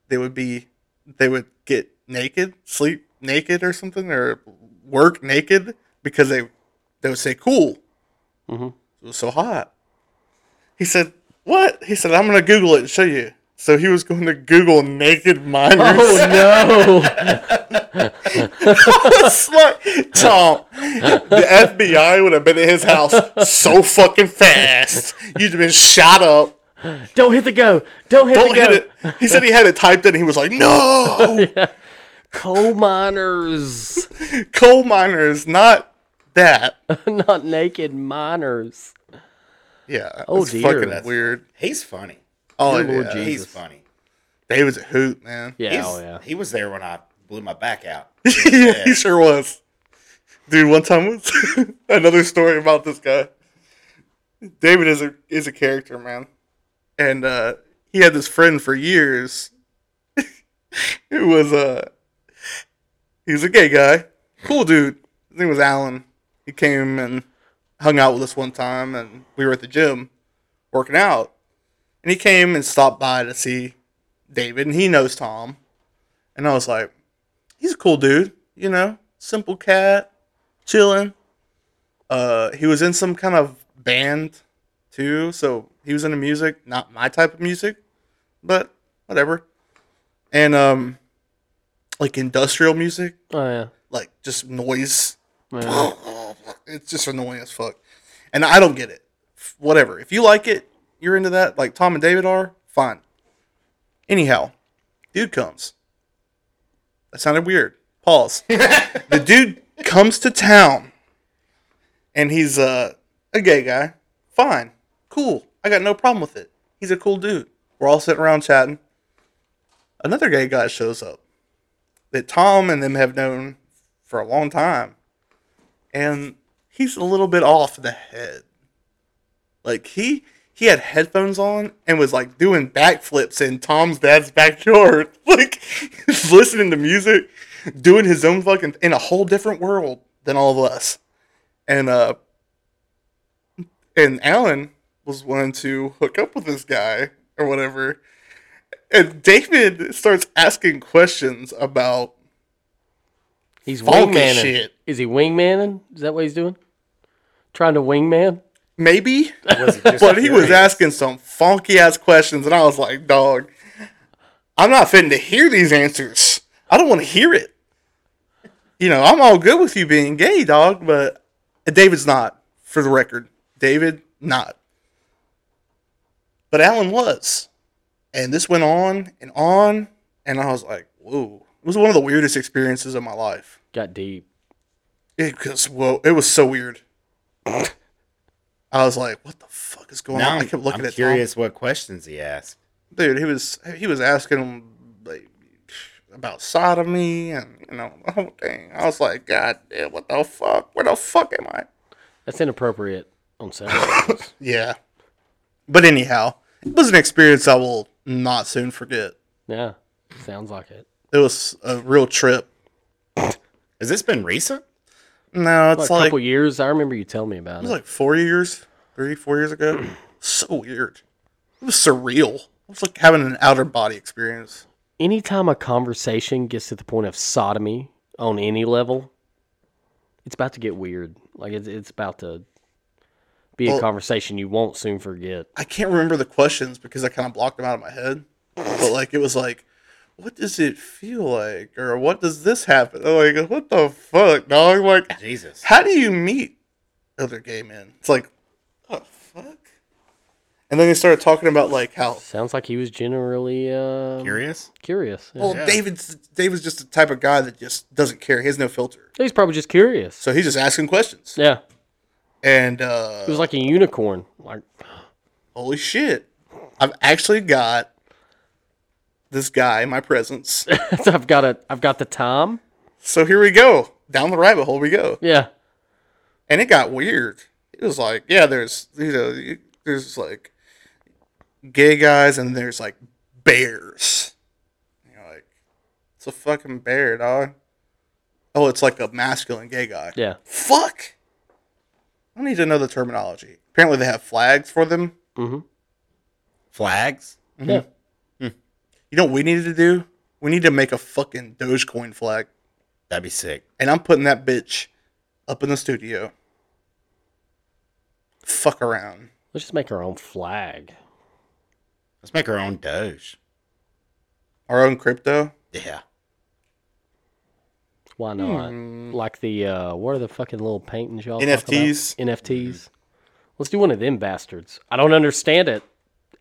S2: They would be they would get naked, sleep naked or something, or work naked because they they would say cool.
S1: Mm-hmm.
S2: It was so hot. He said, "What?" He said, "I'm gonna Google it and show you." So he was going to Google naked miners.
S1: Oh no!
S2: It's like, Tom, the FBI would have been at his house so fucking fast. You'd have been shot up.
S1: Don't hit the go. Don't hit
S2: Don't
S1: the go.
S2: hit it. He said he had it typed in. And he was like, no,
S1: Coal miners,
S2: coal miners, not that.
S1: not naked miners.
S2: Yeah.
S1: Oh,
S2: it's
S1: dear.
S2: fucking weird.
S3: He's funny.
S2: Oh,
S1: Dear Lord
S2: yeah.
S1: Jesus.
S3: He's funny.
S2: David's a hoot, man.
S1: Yeah,
S3: He's,
S1: oh, yeah.
S3: He was there when I blew my back out.
S2: yeah, he sure was. Dude, one time was another story about this guy. David is a is a character, man. And uh he had this friend for years who was uh he was a gay guy. Cool dude. His name was Alan. He came and hung out with us one time and we were at the gym working out. And he came and stopped by to see David and he knows Tom. And I was like, he's a cool dude, you know, simple cat, chilling. Uh, he was in some kind of band too, so he was into music, not my type of music, but whatever. And um, like industrial music,
S1: Oh yeah.
S2: like just noise.
S1: Yeah.
S2: It's just annoying as fuck, and I don't get it. F- Whatever, if you like it, you're into that, like Tom and David are, fine. Anyhow, dude comes. That sounded weird. Pause. the dude comes to town and he's uh, a gay guy. Fine. Cool. I got no problem with it. He's a cool dude. We're all sitting around chatting. Another gay guy shows up that Tom and them have known for a long time. And he's a little bit off the head. Like he he had headphones on and was like doing backflips in Tom's dad's backyard, like listening to music, doing his own fucking in a whole different world than all of us. And uh and Alan was wanting to hook up with this guy or whatever. And David starts asking questions about
S1: He's
S2: Funky
S1: wingmanning.
S2: shit.
S1: Is he wingmanning? Is that what he's doing? Trying to wingman?
S2: maybe
S3: Was it just
S2: but he was
S3: furious?
S2: asking some funky ass questions, and I was like, dog, I'm not fitting to hear these answers. I don't want to hear it. You know, I'm all good with you being gay, dog, but David's not, for the record. David, not. But Alan was. And this went on and on, and I was like, whoa. It was one of the weirdest experiences of my life.
S1: Got deep.
S2: Because, whoa, it was so weird. I was like, "What the fuck is going
S3: Now
S2: on?"
S3: I'm,
S2: I kept looking
S3: I'm
S2: at
S3: curious what questions he asked.
S2: Tom. Dude, he was he was asking him like about sodomy and you know the whole thing. I was like, "God damn, what the fuck? Where the fuck am I?"
S1: That's inappropriate on several levels.
S2: Yeah. But anyhow, it was an experience I will not soon forget.
S1: Yeah, sounds like it.
S2: It was a real trip.
S3: Has this been recent?
S2: No, it's
S1: a
S2: like
S1: couple years. I remember you telling me about
S2: It
S1: it.
S2: was like four years, three, four years ago. so weird. It was surreal. It was like having an outer body experience.
S1: Anytime a conversation gets to the point of sodomy on any level, it's about to get weird. Like it's it's about to be a
S2: Well-
S1: conversation you won't soon forget.
S2: I can't remember the questions because I kind of blocked them out of my head. But like, it was like, what does it feel like, or what does this happen? I'm like, what the fuck, dog? Like,
S3: Jesus.
S2: how do you meet other gay men? It's like, oh fuck. And then they started talking about like how
S1: Sounds like he was generally uh,
S2: Um,
S3: Curious?
S1: curious. Yeah.
S2: well David's David's just the type of guy that just doesn't care. He has no filter,
S1: He's probably just curious.
S2: so he's just asking questions.
S1: Yeah,
S2: And uh,
S1: he was like a unicorn. Like
S2: holy shit, I've actually got this guy in my presence.
S1: I've got a I've got the time.
S2: so here we go. Down the rabbit hole we go.
S1: Yeah,
S2: And it got weird. It was like, yeah, there's, you know, you- there's like gay guys and there's like bears. You're like, it's a fucking bear, dog. Oh, it's like a masculine gay guy.
S1: yeah.
S2: Fuck. I need to know the terminology. Apparently, they have flags for them.
S3: Flags?
S1: Yeah.
S2: You know what we need to do? We need to make a fucking Dogecoin flag.
S3: That'd be sick.
S2: and I'm putting that bitch up in the studio. Fuck around.
S1: Let's just make our own flag.
S3: Let's make our own Doge.
S2: Our own crypto.
S3: Yeah.
S1: Why not?
S2: Hmm.
S1: Like the uh, what are the fucking little paintings y'all talk about?
S2: NFTs.
S1: NFTs. Let's do one of them bastards. I don't understand it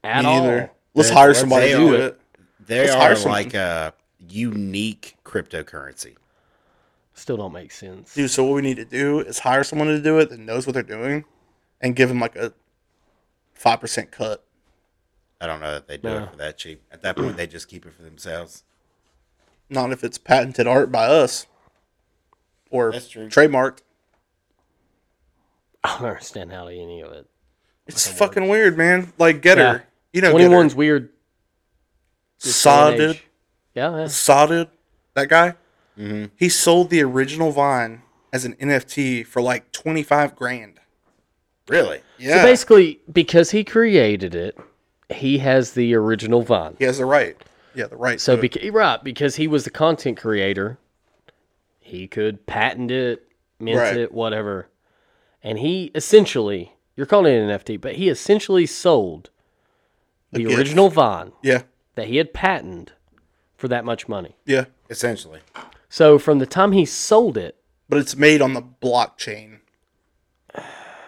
S1: at
S2: Me
S1: all.
S2: either. Let's
S3: They-
S2: hire somebody to
S3: they
S2: do
S3: are-
S2: it.
S3: They
S2: Let's hire
S3: are
S2: someone.
S3: like a unique cryptocurrency.
S1: Still don't make sense.
S2: Dude, so what we need to do is hire someone to do it that knows what they're doing and give them like a 5% cut.
S3: I don't know that they do
S1: No.
S3: it for that cheap. At that point, they just keep it for themselves.
S2: Not if it's patented art by us or
S3: That's true.
S2: trademarked.
S1: I don't understand how to any of it.
S2: It's fucking weird, man. Like, get
S1: Yeah.
S2: her. You know,
S1: Twenty
S2: 21's
S1: one's weird. this day and
S2: sodded.
S1: age. Yeah, yeah.
S2: Sodded, that guy,
S3: Mm-hmm.
S2: he sold the original Vine as an NFT for like 25 grand.
S3: Really?
S2: Yeah.
S1: So basically, because he created it, he has the original Vine.
S2: he has the right. Yeah, the right.
S1: So
S2: to it.
S1: beca- right, because he was the content creator, he could patent it, mint
S2: Right.
S1: it, whatever. And he essentially, you're calling it an NFT, but he essentially sold the
S2: gift.
S1: original Vine
S2: yeah,
S1: that he had patented for that much money.
S2: yeah.
S3: Essentially.
S1: So from the time he sold it,
S2: But it's made on the blockchain.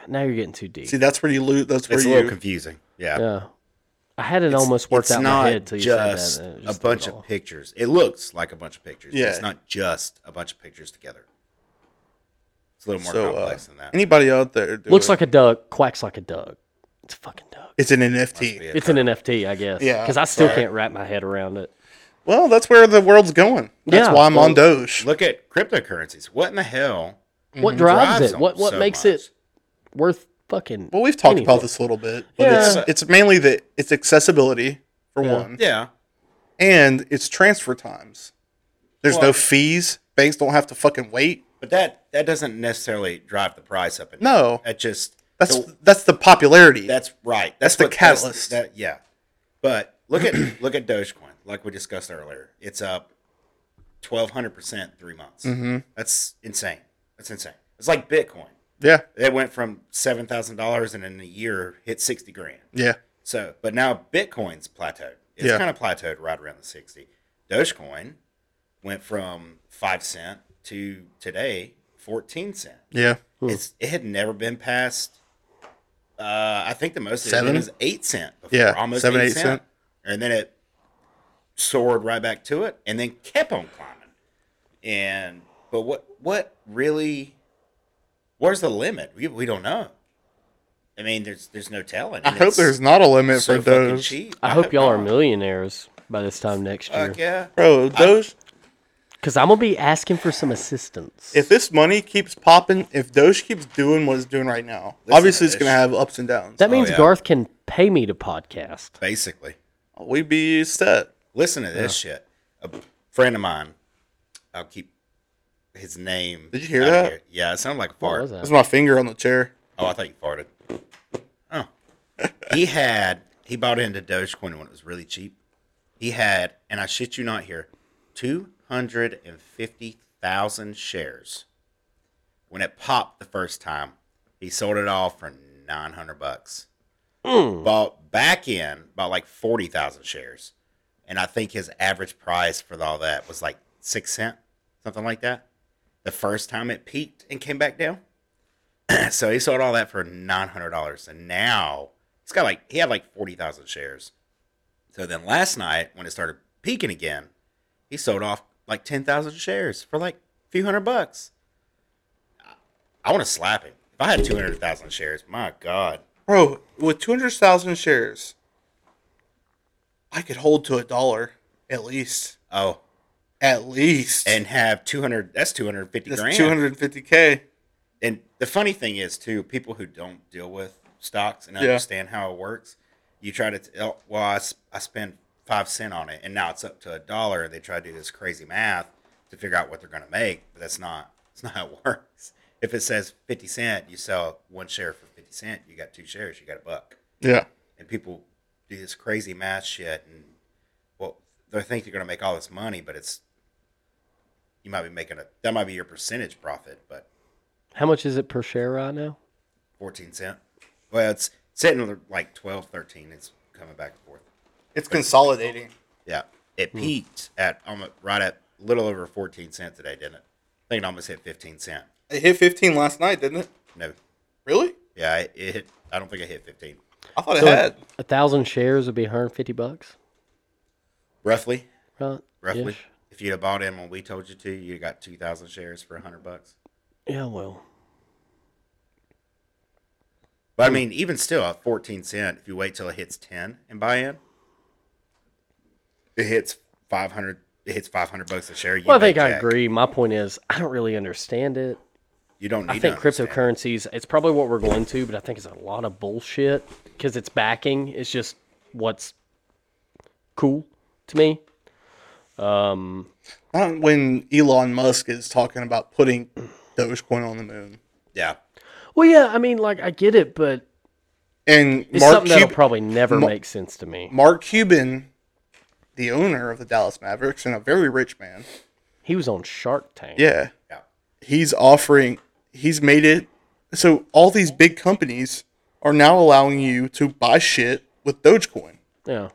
S1: now you're getting too deep.
S2: See, that's where you lose. That's where
S3: It's a
S2: you.
S3: little confusing. Yeah.
S1: Yeah. I had it almost worked
S3: it's
S1: out in
S3: not
S1: my head till you
S3: just
S1: said that. and it
S3: a
S1: just threw
S3: bunch
S1: it
S3: of
S1: off.
S3: pictures. It looks like a bunch of pictures. but
S2: Yeah.
S3: It's not just a bunch of pictures together. It's a little more
S2: so, uh,
S3: complex than that.
S2: anybody out there? Do
S1: looks
S2: it.
S1: like a duck, quacks like a duck. It's a fucking duck.
S2: it's an NFT.
S1: It's an NFT, I guess.
S2: Yeah,
S1: Because I still
S2: sorry.
S1: can't wrap my head around it.
S2: Well, that's where the world's going. That's
S1: Yeah,
S2: why I'm on
S1: well-
S2: Doge.
S3: Look at cryptocurrencies. What in the hell
S1: What
S2: Mm-hmm.
S1: drives, it?
S3: them
S1: What what
S3: so
S1: makes
S3: much?
S1: it worth fucking?
S2: Well, we've talked
S1: anything?
S2: about this a little bit, but
S1: Yeah.
S2: it's it's mainly that it's accessibility for one,
S3: Yeah.
S2: and it's transfer times. There's no
S3: Well-
S2: fees. Banks don't have to fucking wait.
S3: But that that doesn't necessarily drive the price up. and down.
S2: No,
S3: That just
S2: that's
S3: the-
S2: that's the popularity.
S3: that's right.
S2: That's
S3: That's,
S2: the
S3: what- that's
S2: catalyst.
S3: that, yeah. But look at look at Dogecoin, like we discussed earlier. It's up twelve hundred percent three months.
S2: Mm-hmm.
S3: That's insane. That's insane. It's like Bitcoin.
S2: yeah,
S3: That went from seven thousand dollars and in a year hit sixty grand.
S2: yeah.
S3: So, but now Bitcoin's plateaued. It's
S2: Yeah.
S3: kind of plateaued right around the 60. Dogecoin went from 5 cent to today 14 cent.
S2: Yeah.
S3: It's it had never been past uh I think the most it
S2: Seven?
S3: was 8 cent before,
S2: Yeah,
S3: almost
S2: seven,
S3: 8,
S2: eight
S3: cent.
S2: cent.
S3: And then it soared right back to it and then kept on climbing. And but what what really where's the limit? We, we don't know. I mean, there's there's no telling.
S2: I hope there's not a limit for
S3: fucking
S2: Doge.
S3: cheap.
S1: I hope y'all are
S3: not.
S1: millionaires by this time next year.
S3: Fuck yeah.
S2: Bro, Doge,
S1: Because I'm gonna be asking for some assistance.
S2: if this money keeps popping, if Doge keeps doing what it's doing right now, obviously it's going to have ups and downs.
S1: that means
S3: yeah.
S1: Garth can pay me to podcast.
S3: Basically.
S2: We'd be set.
S3: Listen to this shit. A friend of mine, I'll keep his name.
S2: Did you hear
S3: out of
S2: that?
S3: here. Yeah, it sounded like a
S1: What
S3: fart.
S1: was
S2: That's
S1: that?
S2: my finger on the chair.
S3: Oh, I thought you farted. Oh. he had, he bought into Dogecoin when it was really cheap. He had, and I shit you not here, 250,000 shares. When it popped the first time, he sold it all for 900 bucks. Bought back in, bought like 40,000 shares. And I think his average price for all that was like six cent, something like that. The first time it peaked and came back down. So he sold all that for nine hundred dollars, and now he's got like he had like forty thousand shares. So then last night when it started peaking again, he sold off like ten thousand shares for like a few hundred bucks. I, want to slap him. If I had two hundred thousand shares, my god,
S2: Bro, with 200,000 shares, I could hold to a dollar at least.
S3: oh,
S2: At least.
S3: and have two hundred. That's two hundred fifty
S2: that's
S3: grand.
S2: 250K.
S3: and the funny thing is too people who don't deal with stocks and
S2: Yeah.
S3: understand how it works you try to tell well I, s- I spend five cent on it and now it's up to a dollar and they try to do this crazy math to figure out what they're going to make but that's not that's not how it works if it says 50 cent you sell one share for 50 cent you got two shares you got a buck
S2: Yeah.
S3: and people do this crazy math shit and well they think they're going to make all this money but it's you might be making a that might be your percentage profit but
S1: How much is it per share right now?
S3: 14 cent. Well, it's sitting like 12, 13. It's coming back and forth.
S2: It's consolidating.
S3: Yeah. It
S1: Hmm.
S3: peaked at almost right at a little over 14 cent today, didn't it? I think it almost hit 15 cent.
S2: It hit 15 last night, didn't it?
S3: No.
S2: Really?
S3: Yeah, it, it hit. I don't think it hit 15.
S2: I thought it
S1: So
S2: had.
S1: a thousand shares would be 150 bucks,
S3: Roughly.
S1: right?
S3: Roughly.
S1: Ish.
S3: If you'd have bought in when we told you to, you got 2,000 shares for 100 bucks.
S1: Yeah. Well, Hmm.
S3: But I mean, even still at 14 cent, if you wait till it hits 10 and buy in, it hits 500. It hits 500 bucks a share. You
S1: well, I
S3: make
S1: think I
S3: back.
S1: agree. My point is, I don't really understand it.
S3: You don't need
S1: I think
S3: to understand.
S1: cryptocurrencies, it's probably what we're going to, but I think it's a lot of bullshit because it's backing. It's just what's cool to me. Um,
S2: Not uh, when Elon Musk is talking about putting Dogecoin on the moon.
S3: Yeah.
S1: well, yeah, I mean, like, I get it, but
S2: And
S1: it's
S2: Mark,
S1: something that'll
S2: Cub-
S1: probably never
S2: Mar-
S1: make sense to me.
S2: Mark Cuban, the owner of the Dallas Mavericks and a very rich man.
S1: He was on Shark Tank.
S2: Yeah.
S3: Yeah.
S2: he's offering he's made it so all these big companies are now allowing you to buy shit with Dogecoin.
S1: Yeah.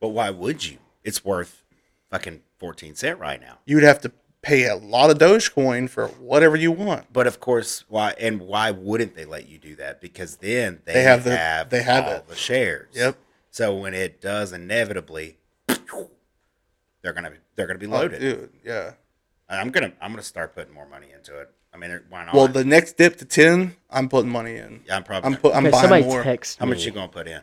S3: But why would you? It's worth fucking 14 cent right now.
S2: You'd have to pay a lot of Dogecoin for whatever you want.
S3: But of course, why and why wouldn't they let you do that? Because then they,
S2: They
S3: have,
S2: have the- they have
S3: all
S2: it.
S3: the shares.
S2: Yep.
S3: So when it does inevitably, they're gonna be, they're gonna be loaded.
S2: Oh, Dude, yeah.
S3: And I'm gonna I'm gonna start putting more money into it. I mean, why not?
S2: Well, the next dip to 10, I'm putting money in.
S3: Yeah, I'm probably.
S2: I'm
S3: gonna-
S2: put, I'm
S1: Okay,
S2: buying
S1: somebody
S2: more.
S1: text
S3: how
S1: me.
S3: much you gonna put in?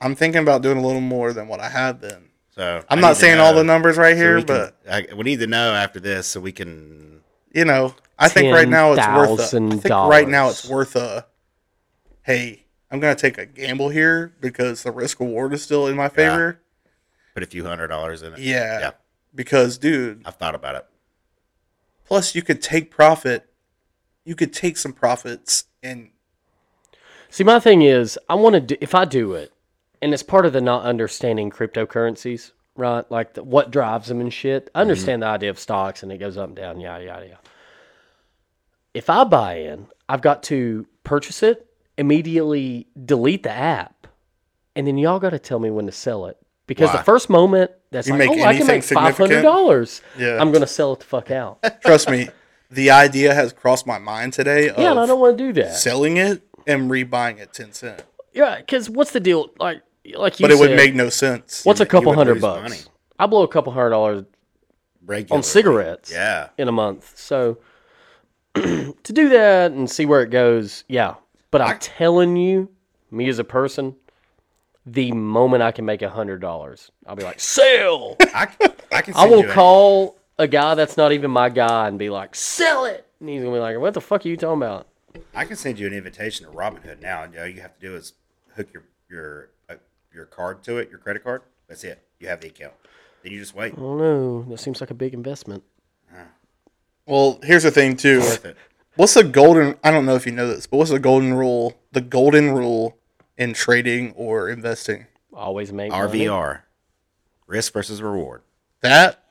S2: I'm thinking about doing a little more than what I have been.
S3: So
S2: I'm
S3: I need
S2: not
S3: to
S2: saying all
S3: know
S2: the numbers right
S3: so
S2: here,
S3: we can-
S2: but
S3: I, we need to know after this so we can.
S2: you know, I think right now it's worth a, I think right now it's
S1: $10,000.
S2: worth a hey, I'm going to take a gamble here because the risk reward is still in my favor.
S3: Put a few hundred dollars in it.
S2: Yeah.
S3: Yeah.
S2: Because, dude,
S3: I've thought about it.
S2: plus you could take profit. You could take some profits and
S1: See, my thing is, I want to do, if I do it, and it's part of the not understanding cryptocurrencies, right? Like the, what drives them and shit.
S2: Mm-hmm.
S1: I understand the idea of stocks and it goes up and down, yada, yada, yada. If I buy in, I've got to purchase it, immediately delete the app, and then y'all got to tell me when to sell it. Because
S3: Why?
S1: the first moment that's
S2: You
S1: like,
S2: make
S1: oh, I can
S2: anything
S1: make
S2: significant?
S1: $500,
S2: Yeah.
S1: I'm going to sell it the fuck out.
S2: trust me, the idea has crossed my mind today of
S1: yeah, and I don't want to do that.
S2: selling it and rebuying at 10 cents.
S1: Yeah, because what's the deal? Like, like you
S2: But it would
S1: said,
S2: make no sense.
S1: What's a
S3: would- you
S1: couple
S3: would
S1: hundred
S3: lose
S1: bucks?
S3: money.
S1: I blow a couple hundred dollars
S3: Regular
S1: on cigarettes
S3: Yeah.
S1: in a month. So to do that and see where it goes, yeah, But I'm telling you, me as a person, the moment I can make a hundred dollars, I'll be like, sell.
S3: I, I can.
S1: I
S3: send
S1: will
S3: you a-
S1: call a guy that's not even my guy and be like, sell it. And he's gonna be like, what the fuck are you talking about?
S3: I can send you an invitation to Robinhood now, and all you have to do is hook your your uh, your card to it, your credit card. That's it. You have the account. Then you just wait.
S1: I don't know. That seems like a big investment.
S2: Well, here's the thing too.
S3: Worth it.
S2: What's the golden? I don't know if you know this, but what's the golden rule? The golden rule in trading or investing
S1: Always make money.
S3: RVR, risk versus reward.
S2: that,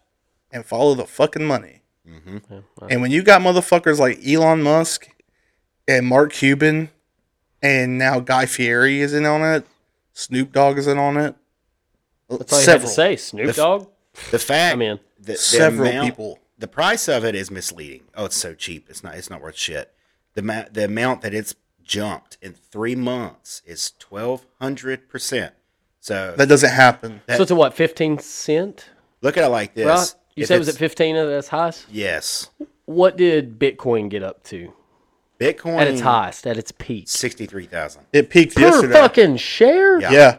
S2: and follow the fucking money.
S3: Mm-hmm.
S2: And when you got motherfuckers like Elon Musk and Mark Cuban, and now Guy Fieri is in on it, Snoop Dogg is in on it.
S1: That's all you have to say. Snoop Dogg.
S3: The fact,
S1: I'm in.
S3: the, the
S2: Several
S3: amount-
S2: people.
S3: the price of it is misleading. Oh, it's so cheap. It's not. It's not worth shit. The ma- the amount that it's jumped in three months is twelve hundred percent. So
S2: That doesn't happen.
S3: That-
S1: so it's a what, fifteen cent?
S3: look at it like this.
S1: Right? You
S3: If
S1: said it was at
S3: it's-
S1: fifteen at its highest?
S3: yes,
S1: What did Bitcoin get up to
S3: Bitcoin
S1: at its highest, at its peak?
S3: sixty three thousand.
S2: It peaked
S1: Per
S2: yesterday.
S1: fucking share?
S3: Yeah.
S2: Yeah.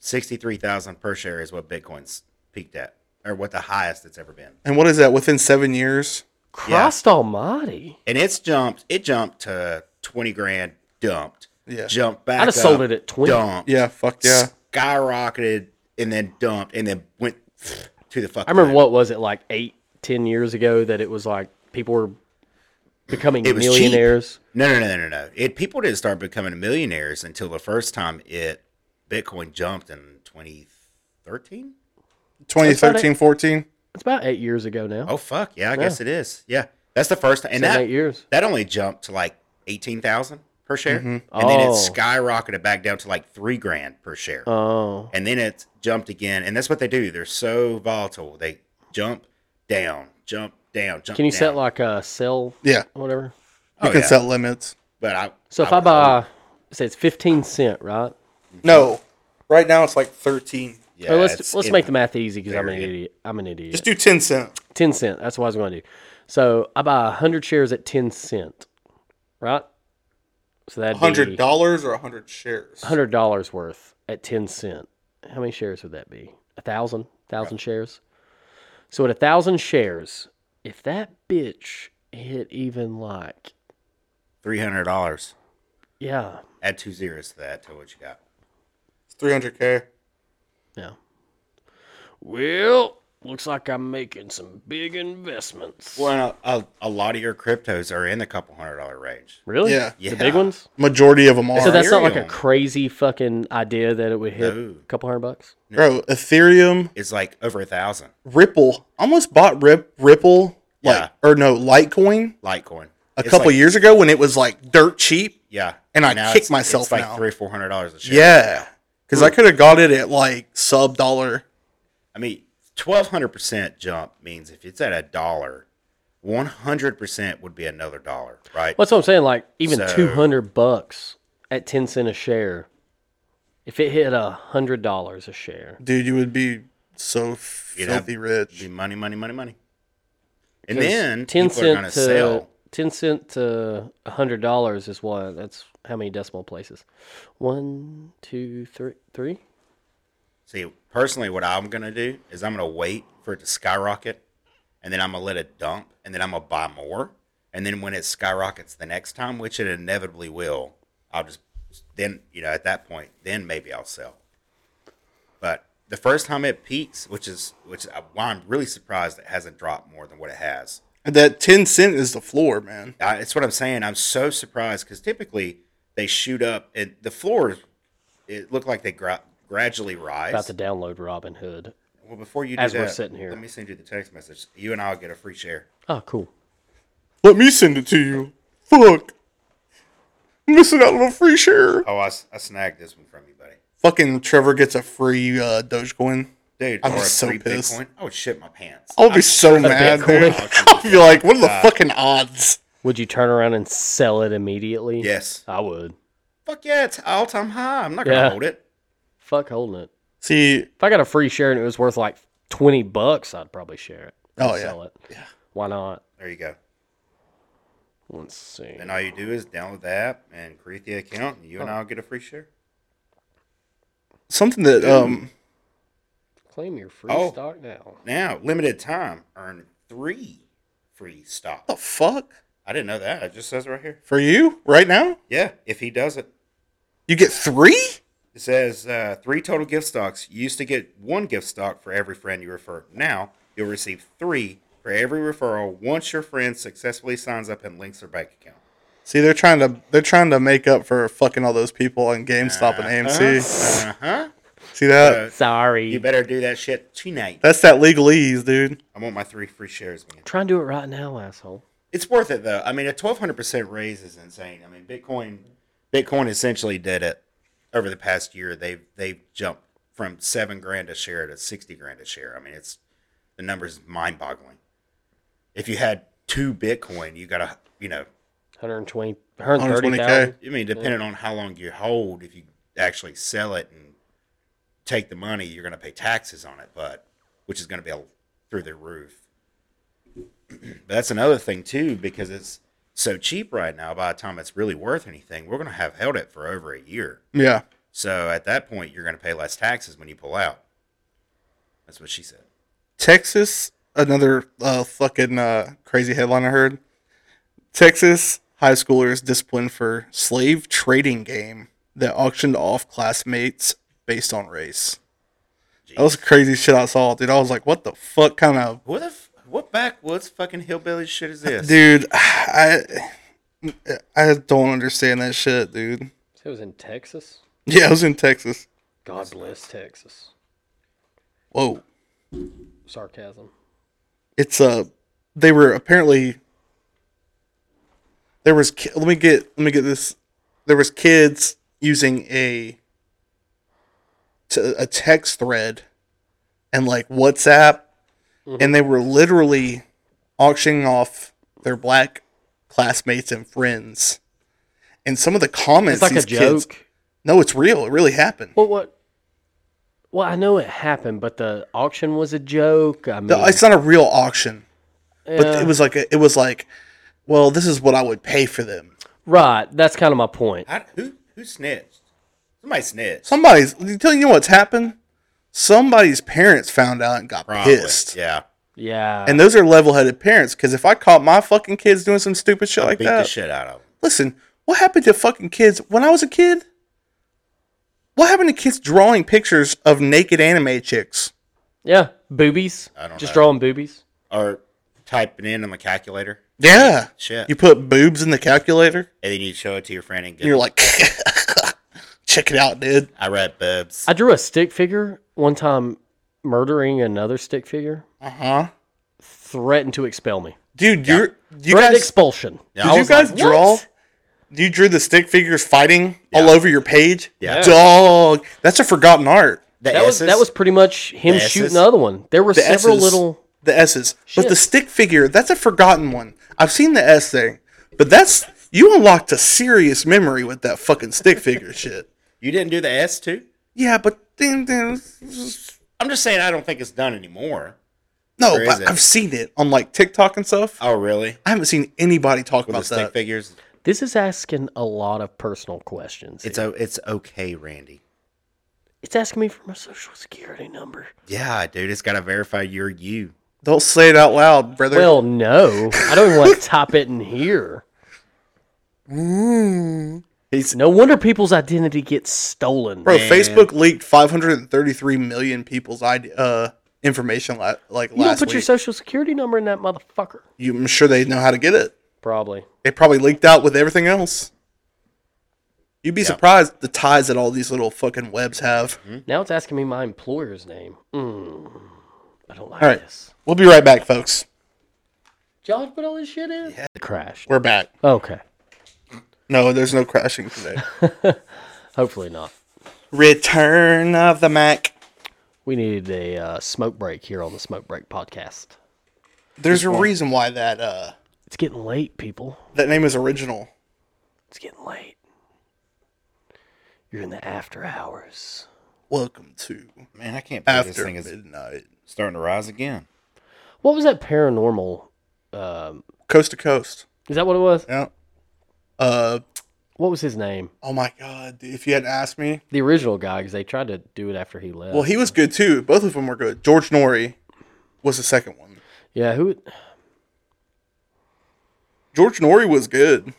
S3: 63,000 per share is what Bitcoin's peaked at or what the highest it's ever been.
S2: And what is that? Within seven years,
S1: Christ almighty.
S3: And it's jumped, it jumped to 20 grand, dumped.
S2: Yeah.
S3: Jumped back.
S1: I'd have sold
S3: up,
S1: it at 20.
S3: Dumped.
S2: yeah, fuck yeah.
S3: Skyrocketed and then dumped and then went to the fucking
S1: I remember
S3: moon.
S1: what was it like eight, ten years ago that it was like people were becoming
S3: It was cheap.
S1: millionaires.
S3: No, no, no, no, no. It people didn't start becoming millionaires until the first time it Bitcoin jumped in 2013.
S2: 2013, 14.
S1: It's about eight years ago now.
S3: Oh fuck, yeah, I guess it is. Yeah, that's the first time. And
S1: Seven,
S3: that
S1: eight years.
S3: that only jumped to like eighteen thousand per share, and then it
S1: Oh.
S3: skyrocketed back down to like three grand per share,
S1: Oh,
S3: and then it jumped again. And that's what they do. They're so volatile. They jump down, jump down, jump.
S1: can you
S3: down.
S1: set like a sell,
S2: Yeah.
S1: whatever?
S2: You
S3: Oh,
S2: can
S3: yeah.
S2: set limits.
S3: But I
S1: So if I, buy, say it's fifteen cent, right?
S2: No. Right now it's like 13.
S3: yeah,
S1: Or
S3: it's
S1: let's let's
S3: in-
S1: make the math easy because I'm an
S3: very in-
S1: idiot. I'm an idiot.
S2: Just do 10 cent.
S1: ten cent. That's what I was going to do. So I buy hundred shares at ten cent, right? So that'd
S2: $100
S1: be
S2: or 100 shares.
S1: hundred dollars worth at ten cent. How many shares would that be? A thousand, thousand shares. So at a thousand shares, if that bitch hit even like
S3: three hundred dollars.
S1: yeah,
S3: Add two zeros to that. Tell what you got.
S2: 300K.
S1: yeah. Well, looks like I'm making some big investments.
S3: Well, a, a lot of your cryptos are in the couple hundred dollar range.
S1: Really?
S2: Yeah.
S1: The big
S3: Yeah.
S1: ones.
S2: Majority of them are.
S1: So that's not like a
S3: Ethereum.
S1: crazy fucking idea that it would hit
S3: No.
S1: a couple hundred bucks.
S2: Bro, Ethereum,
S3: It's like over a thousand.
S2: Ripple. I almost bought Rip, Ripple, like,
S3: Yeah.
S2: or no, Litecoin
S3: Litecoin.
S2: a couple
S3: like,
S2: years ago when it was like dirt cheap.
S3: Yeah.
S2: And I kick
S3: it's-
S2: myself
S3: it's like
S2: now.
S3: three or four hundred dollars a share.
S2: Yeah. Because I could have got it at like sub dollar.
S3: I mean, twelve hundred percent jump means if it's at a dollar, one hundred percent would be another dollar, right?
S1: That's what I'm saying. Like even
S3: So-
S1: two hundred bucks at ten cent a share, if it hit a hundred dollars a share,
S2: Dude, you would be so
S3: You'd have-
S2: filthy
S3: It'd be
S2: rich.
S3: money, money, money, money. And
S1: 'Cause
S3: then people are gonna
S1: to
S3: sell.
S1: ten cent to hundred dollars is what? That's how many decimal places? One, two, three, three.
S3: See, personally, what I'm gonna do is I'm gonna wait for it to skyrocket, and then I'm gonna let it dump, and then I'm gonna buy more, and then when it skyrockets the next time, which it inevitably will, I'll just then you know at that point, then maybe I'll sell. But the first time it peaks, which is which is why I'm really surprised it hasn't dropped more than what it has.
S2: That 10 cent is the floor, man.
S3: I, it's what I'm saying. I'm so surprised because typically they shoot up and the floors. It looked like they gra- gradually rise.
S1: About to download Robin Hood.
S3: Well, before you do
S1: As
S3: that,
S1: we're sitting here.
S3: let me send you the text message. You and I'll get a free share.
S1: Oh, cool.
S2: Let me send it to you. Fuck. I'm missing out on a free share.
S3: Oh, I, s- I snagged this one from you, buddy.
S2: Fucking Trevor gets a free uh, Dogecoin.
S3: Dude,
S2: I'm
S3: or a
S2: just so
S3: free
S2: pissed.
S3: Bitcoin. I would shit my pants.
S1: Oh.
S2: I'll be so mad. Dude. I'll be like, what are the fucking odds?
S1: Would you turn around and sell it immediately?
S3: yes.
S1: I would.
S3: Fuck yeah, it's all time high. I'm not gonna
S1: Yeah.
S3: hold it.
S1: Fuck holding it.
S2: See,
S1: If I got a free share and it was worth like twenty bucks, I'd probably share it. I'd
S2: Oh, yeah.
S1: sell it. Yeah. Why not?
S3: There you go.
S1: Let's see.
S3: Then all you do is download the app and create the account, and you
S1: Oh.
S3: and I'll get a free share.
S2: Something that um
S1: Claim your free
S3: Oh.
S1: stock now.
S3: Now, limited time, earn three free
S1: Oh.
S2: the
S3: stocks.
S2: fuck
S3: I didn't know that. It just says right here.
S2: for you right now?
S3: Yeah, if he does it,
S2: You get three?
S3: it says uh, three total gift stocks. You used to get one gift stock for every friend you refer. Now you'll receive three for every referral once your friend successfully signs up and links their bank account.
S2: See, they're trying to they're trying to make up for fucking all those people on GameStop and AMC.
S3: Uh huh.
S2: See that?
S3: Uh,
S1: Sorry.
S3: you better do that shit tonight.
S2: That's that legalese, dude.
S3: I want my three free shares, man.
S1: Try and do it right now, asshole.
S3: It's worth it though. I mean, a twelve hundred percent raise is insane. I mean, Bitcoin, Bitcoin essentially did it over the past year. They've they've jumped from seven grand a share to sixty grand a share. I mean, it's the numbers mind boggling. If you had two Bitcoin, you got to you know,
S1: 120,
S2: 120K.
S1: 130,000.
S3: I mean, depending on how long you hold, if you actually sell it and take the money, you're going to pay taxes on it, but which is going to be a, through the roof. but that's another thing too, because it's so cheap right now. By the time it's really worth anything, we're going to have held it for over a year.
S2: Yeah.
S3: So at that point, you're going to pay less taxes when you pull out. That's what she said.
S2: Texas, another uh, fucking uh, crazy headline I heard. Texas high schoolers disciplined for slave trading game that auctioned off classmates based on race. That was crazy shit I saw, dude. I was like, what the fuck kind of
S3: What the f- what backwoods fucking hillbilly shit is this?
S2: dude? I I don't understand that shit, dude.
S1: It was in Texas.
S2: Yeah, I was in Texas.
S1: God bless Texas.
S2: Whoa.
S1: Sarcasm.
S2: it's uh they were apparently there was ki- let me get let me get this there was kids using a t- a text thread and like WhatsApp
S1: Mm-hmm.
S2: and they were literally auctioning off their black classmates and friends and some of the comments
S1: It's like a
S2: these
S1: joke.
S2: kids no it's real it really happened
S1: Well, what? Well, I know it happened, but the auction was a joke. I mean,
S2: No, it's not a real auction but
S1: yeah.
S2: it was like a, it was like well this is what I would pay for them
S1: right. That's kind of my point.
S3: I, who who snitched? Somebody snitched.
S2: Somebody's you tell you what's happened? Somebody's parents found out and got
S3: Probably.
S2: pissed.
S3: Yeah.
S1: Yeah.
S2: And those are level headed parents, because if I caught my fucking kids doing some stupid shit like
S3: beat
S2: that,
S3: the shit out of them.
S2: listen, what happened to fucking kids when I was a kid? What happened to kids drawing pictures of naked anime chicks?
S1: yeah. Boobies.
S3: I don't
S1: Just
S3: know.
S1: drawing boobies.
S3: Or typing in on the calculator.
S2: Yeah.
S3: Shit.
S2: You put boobs in the calculator
S3: and then you show it to your friend and
S2: and
S3: go,
S2: you're like, check it out, dude.
S3: I read boobs.
S1: I drew a stick figure one time, murdering another stick figure.
S2: Uh huh.
S3: Uh-huh.
S1: Threatened to expel me.
S2: Dude, you're. You
S1: Threatened
S2: guys,
S1: expulsion.
S3: Yeah,
S2: Did
S3: I
S2: you
S3: was like,
S2: guys draw?
S1: "What?"
S2: You drew the stick figures fighting all
S3: Yeah.
S2: over your page.
S3: Yeah.
S2: dog, that's a forgotten art.
S3: The
S1: That was
S3: S's?
S1: that was pretty much him
S3: The
S1: shooting
S3: S's?
S1: the other one. There were
S2: The
S1: several
S2: S's,
S1: little.
S2: the S's, but the
S1: Shit.
S2: stick figure that's a forgotten one. I've seen the S thing, but that's you unlocked a serious memory with that fucking stick figure shit.
S3: You didn't do the S too?
S2: Yeah, but then- then-
S3: I'm just saying I don't think it's done anymore.
S2: no,
S3: Where is
S2: but
S3: it?
S2: I've seen it on like TikTok and stuff.
S3: Oh really?
S2: I haven't seen anybody talk
S3: With the
S2: about
S3: stick
S2: that.
S3: figures.
S1: This is asking a lot of personal questions.
S3: It's o- it's okay, Randy.
S1: it's asking me for my social security number.
S3: Yeah, dude, it's gotta verify you're you.
S2: Don't say it out loud, brother.
S1: Well, no, I don't even want to top it in here.
S3: He's
S1: No wonder people's identity gets stolen.
S2: Bro,
S3: Man.
S2: Facebook leaked 533 million people's ID, uh, information la- like
S1: you don't
S2: last
S1: put
S2: week.
S1: your social security number in that motherfucker.
S2: you, I'm sure they know how to get it.
S1: Probably.
S2: It probably leaked out with everything else. You'd be surprised the ties that all these little fucking webs have.
S1: Now it's asking me my employer's name. Mm, I don't like
S2: All right.
S1: this.
S2: We'll be right back, folks.
S1: Josh put all this shit in? Yeah. Crashed.
S2: We're back.
S1: Okay.
S2: No, there's no crashing today.
S1: Hopefully not.
S2: Return of the Mac.
S1: We needed a uh, smoke break here on the Smoke Break podcast.
S2: There's a reason why that uh
S1: It's getting late, people.
S2: that name is original.
S1: It's getting late. You're in the after hours.
S2: Welcome to
S3: man, I can't believe this
S2: After
S3: thing is
S2: Midnight.
S3: starting to rise again.
S1: What was that paranormal? Um,
S2: Coast to Coast.
S1: Is that what it was?
S2: Yeah. Uh,
S1: What was his name?
S2: oh my god, dude, if you hadn't asked me,
S1: The original guy, because they tried to do it after he left.
S2: well, he was good too. Both of them were good. George Norrie was the second one.
S1: yeah, who?
S2: George Norrie was good.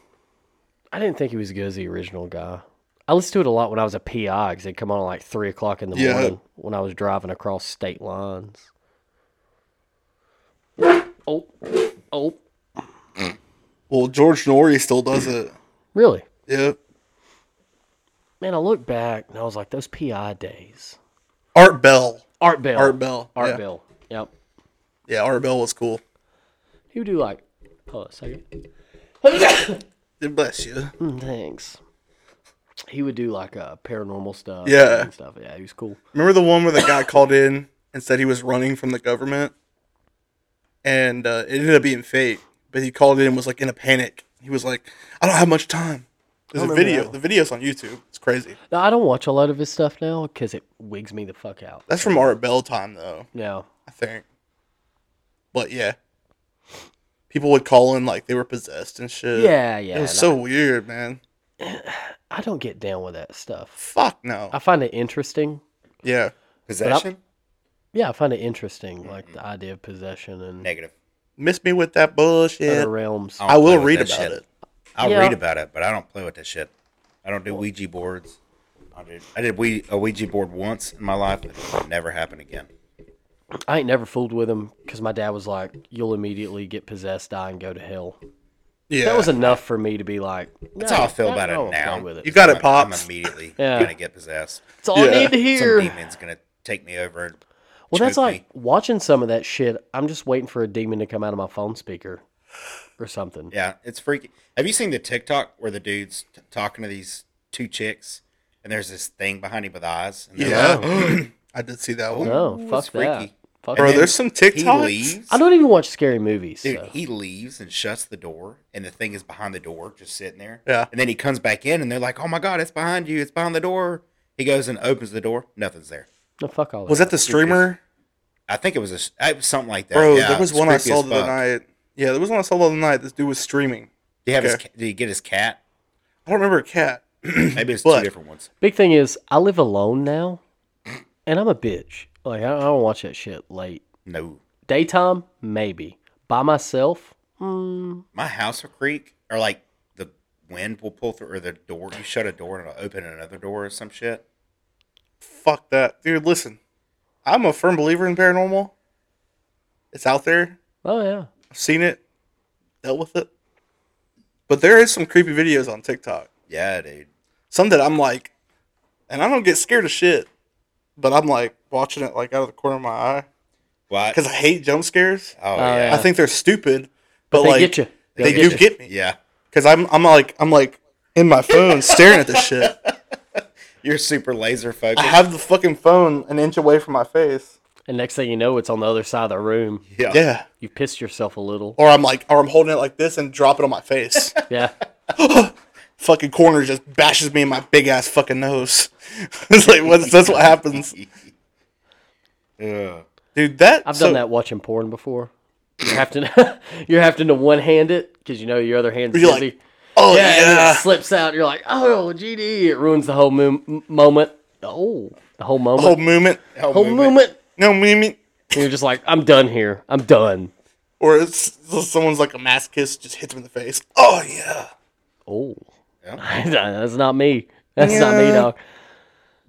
S1: I didn't think he was as good as the original guy. I listened to it a lot when I was a PI because they'd come on at like three o'clock in the
S2: Yeah.
S1: morning when I was driving across state lines. Oh, oh,
S2: Well, George Norrie still does it.
S1: really?
S2: Yep.
S1: Man, I look back and I was like, those PI days.
S2: Art Bell.
S1: Art Bell.
S2: Art Bell.
S1: Art
S2: yeah.
S1: Bell. Yep.
S2: Yeah, Art Bell was cool.
S1: He would do like, hold on a second.
S2: God Bless you.
S1: Mm, Thanks. He would do like uh, paranormal stuff.
S2: Yeah.
S1: And stuff. Yeah, he was cool.
S2: Remember the one where the guy called in and said he was running from the government, and uh, it ended up being fake. But he called in and was like in a panic. He was like, "I don't have much time." There's a
S1: remember
S2: video.
S1: that
S2: The video's on YouTube. It's crazy.
S1: Now, I don't watch a lot of his stuff now because it wigs me the fuck out.
S2: That's from Art Bell time though,
S1: No.
S2: I think. But yeah, people would call in like they were possessed and shit.
S1: Yeah, yeah.
S2: it
S1: and
S2: was so weird, man.
S1: I, I don't get down with that stuff.
S2: Fuck no.
S1: I find it interesting.
S2: yeah,
S3: Possession?
S1: Yeah, I find it interesting, like the idea of possession and
S3: Negative.
S2: miss me with that
S1: other
S2: bullshit.
S1: realms.
S3: don't
S2: I
S3: play
S2: will
S3: with
S2: read
S3: that
S2: about
S3: shit.
S2: it.
S3: I'll
S1: Yeah.
S3: read about it, but I don't play with that shit. I don't do Ouija boards. I did, I did we, a Ouija board once in my life. It will never happen again.
S1: I ain't never fooled with him because my dad was like, "You'll immediately get possessed, die, and go to hell."
S2: Yeah,
S1: That was enough for me to be like,
S3: That's how I feel
S1: no,
S3: about
S1: I
S3: it
S1: won't play
S3: now.
S1: With it.
S2: you got
S3: I'm,
S2: it, pops.
S3: I'm immediately
S1: Yeah.
S3: gonna get possessed.
S1: That's all I
S2: Yeah.
S1: need to
S3: Some
S1: hear.
S3: demon's gonna take me over. And
S1: Well, that's
S3: choke
S1: like
S3: me.
S1: watching some of that shit. I'm just waiting for a demon to come out of my phone speaker or something.
S3: Yeah, it's freaky. Have you seen the TikTok where the dude's t- talking to these two chicks and there's this thing behind him with eyes? And they're like,
S2: yeah. I did see that one.
S1: No,
S3: "Ooh,
S1: fuck
S3: it's
S1: that. Fuck
S2: Bro,
S1: that.
S2: there's some
S3: He
S2: TikToks.
S3: leaves.
S1: I don't even watch scary movies.
S3: Dude,
S1: so.
S3: he leaves and shuts the door, and the thing is behind the door, just sitting there.
S2: Yeah.
S3: And then he comes back in, and they're like, "Oh my god, it's behind you! It's behind the door!" He goes and opens the door. Nothing's there.
S1: No, fuck all
S2: Was that the streamer?
S3: I think it was a, s- it was something like that.
S2: Bro,
S3: Yeah,
S2: there was
S3: it's
S2: one I
S3: creepy
S2: saw
S3: as
S2: the other
S3: fuck.
S2: night. Yeah, there was one I saw the other night. This dude was streaming.
S3: Did he have his
S2: Okay.
S3: ca- Did he get his cat?
S2: I don't remember a cat.
S3: Maybe it's
S2: But-
S3: two different ones.
S1: Big thing is, I live alone now, and I'm a bitch. Like I, I don't watch that shit late.
S3: No,
S1: Daytime, maybe. By myself, mm,
S3: my house will creak, or like the wind will pull through, or the door. You shut a door and it'll open another door or some shit.
S2: Fuck that. Dude, listen. I'm a firm believer in paranormal. It's out there.
S1: oh yeah.
S2: I've seen it. Dealt with it. But there is some creepy videos on TikTok.
S3: Yeah, dude.
S2: Some that I'm like, and I don't get scared of shit. But I'm like watching it like out of the corner of my eye.
S3: Why?
S2: Because I hate jump scares.
S3: oh
S1: yeah.
S3: yeah,
S2: I think they're stupid. But,
S1: But they
S2: like
S1: get you. They'll
S2: they do
S1: ya.
S2: get me.
S3: yeah.
S2: Cause I'm I'm like I'm like in my phone staring at this shit.
S3: You're super laser
S2: I
S3: focused.
S2: have the fucking phone an inch away from my face.
S1: And next thing you know, it's on the other side of the room.
S3: yeah.
S2: Yeah.
S1: You pissed yourself a little.
S2: Or I'm like or I'm holding it like this and drop it on my face.
S1: Yeah.
S2: fucking corner just bashes me in my big ass fucking nose. it's like what's, that's what happens.
S3: Ugh.
S2: Dude, that
S1: I've done that watching porn before. You're having to, you're having to one hand it because you know your other hand's
S2: You're like,
S1: busy.
S2: Oh
S1: yeah,
S2: yeah.
S1: and it slips out. You're like, oh, GD. It ruins the whole mo- m- moment. Oh, the whole moment.
S2: Whole movement.
S1: whole
S3: movement.
S1: moment.
S2: No movement.
S1: And you're just like, I'm done here. I'm done.
S2: Or it's so someone's like a masochist just hits him in the face. Oh yeah.
S1: Oh,
S3: Yeah.
S1: that's not me. That's not me,
S2: Yeah.
S1: dog.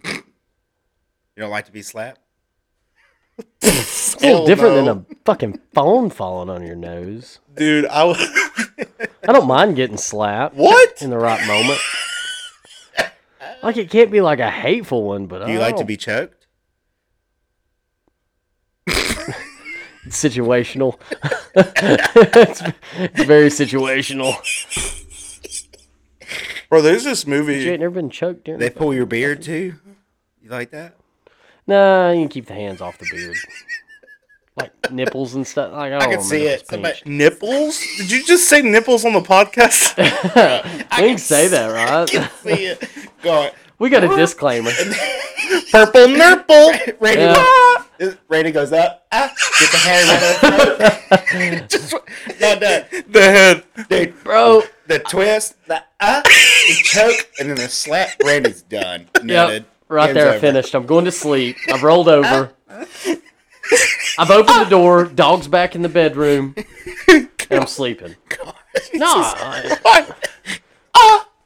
S3: You don't like to be slapped?
S1: Still
S2: Oh,
S1: different
S2: no.
S1: than a fucking phone falling on your nose.
S2: dude. I was
S1: I don't mind getting slapped.
S2: what?
S1: in the right moment. like it can't be like a hateful one, but
S3: Do you
S1: I
S3: like to
S1: don't-
S3: be choked?
S1: situational. it's, it's very situational.
S2: Bro, there's this movie.
S1: You ain't never been choked during.
S3: They pull your beard too? You like that?
S1: Nah, you can keep the hands off the beard, like nipples and stuff. Like I, don't
S3: I can
S1: wanna
S3: see
S1: make
S3: it.
S1: this pinch.
S3: Somebody-
S2: Nipples? Did you just say nipples on the podcast?
S1: We can say that, right?
S3: see it. Go on.
S1: we got a disclaimer.
S2: Purple nurple.
S3: Randy,
S1: Yeah.
S3: Randy goes up. Ah, get the hand right out of the throat. Just, no, no,
S2: The head.
S3: dude,
S1: bro.
S3: the twist, the ah, the choke, and then the slap. Randy's done. Noted.
S1: Yep, right
S3: Game's
S1: there, I
S3: over.
S1: finished. I'm going to sleep. I've rolled over. I've opened the door. Dog's back in the bedroom, and I'm sleeping. Nah, I,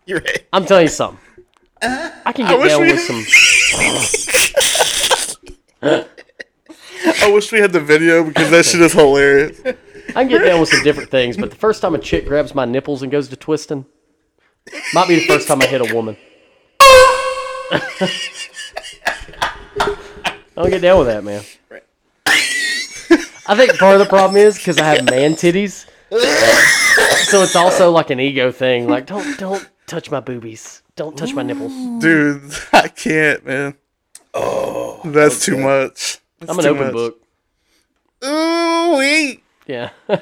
S3: You're right.
S1: I'm telling you something. I can get
S2: wish
S1: down
S2: we-
S1: with some.
S2: I wish we had the video because that shit is hilarious.
S1: I can get down with some different things, but the first time a chick grabs my nipples and goes to twisting, might be the first time I hit a woman. I don't get down with that, man. I think part of the problem is because I have man titties, so it's also like an ego thing. Like, don't don't touch my boobies, don't touch my nipples.
S2: Mm, Dude, I can't, man. Oh, that's too much. That's
S1: I'm an
S2: too
S1: open
S2: much.
S1: book.
S2: Ooh, wee.
S1: Yeah,
S2: I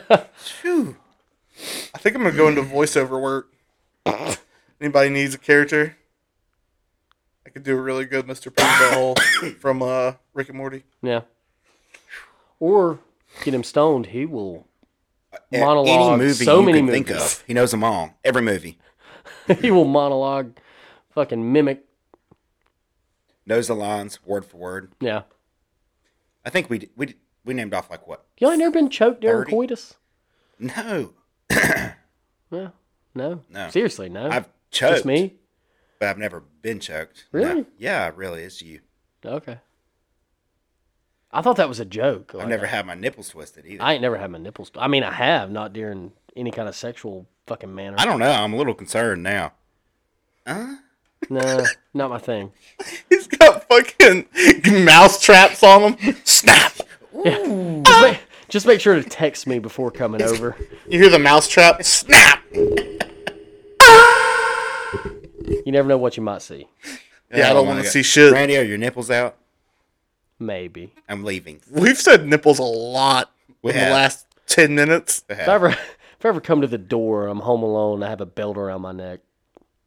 S2: think I'm gonna go into voiceover work. Anybody needs a character? I could do a really good Mr. Pinball from uh, Rick and Morty.
S1: yeah. Or get him stoned, he will
S3: Any
S1: monologue
S3: movie
S1: so
S3: you
S1: many
S3: can
S1: movies.
S3: think of. He knows them all. Every movie
S1: he will monologue, fucking mimic.
S3: knows the lines word for word.
S1: Yeah.
S3: I think we d- we d- we named off like what?
S1: Y'all ain't never been choked during
S3: 30?
S1: coitus?
S3: No,
S1: No. No.
S3: No.
S1: Seriously, no.
S3: I've choked.
S1: Just me?
S3: but I've never been choked.
S1: Really?
S3: No. Yeah, really. It's you.
S1: Okay. I thought that was a joke.
S3: I've
S1: Like,
S3: never had my nipples twisted either. I,
S1: Oh, I ain't never had my nipples. I mean, I have, not during any kind of sexual fucking manner.
S3: don't know. I'm a little concerned now. Huh?
S1: Nah, not my thing.
S2: He's got fucking mouse traps on him. Snap!
S1: Just make, just make sure to text me before coming over.
S2: You hear the mouse trap? Snap!
S1: You never know what you might see.
S2: Yeah, I don't
S3: wanna
S2: want to
S3: go-
S2: see shit.
S3: Randy, are your nipples out?
S1: Maybe.
S3: I'm leaving.
S2: We've said nipples a lot in
S3: have.
S2: the last ten minutes.
S1: If I ever, if I ever come to the door, I'm home alone, I have a belt around my neck.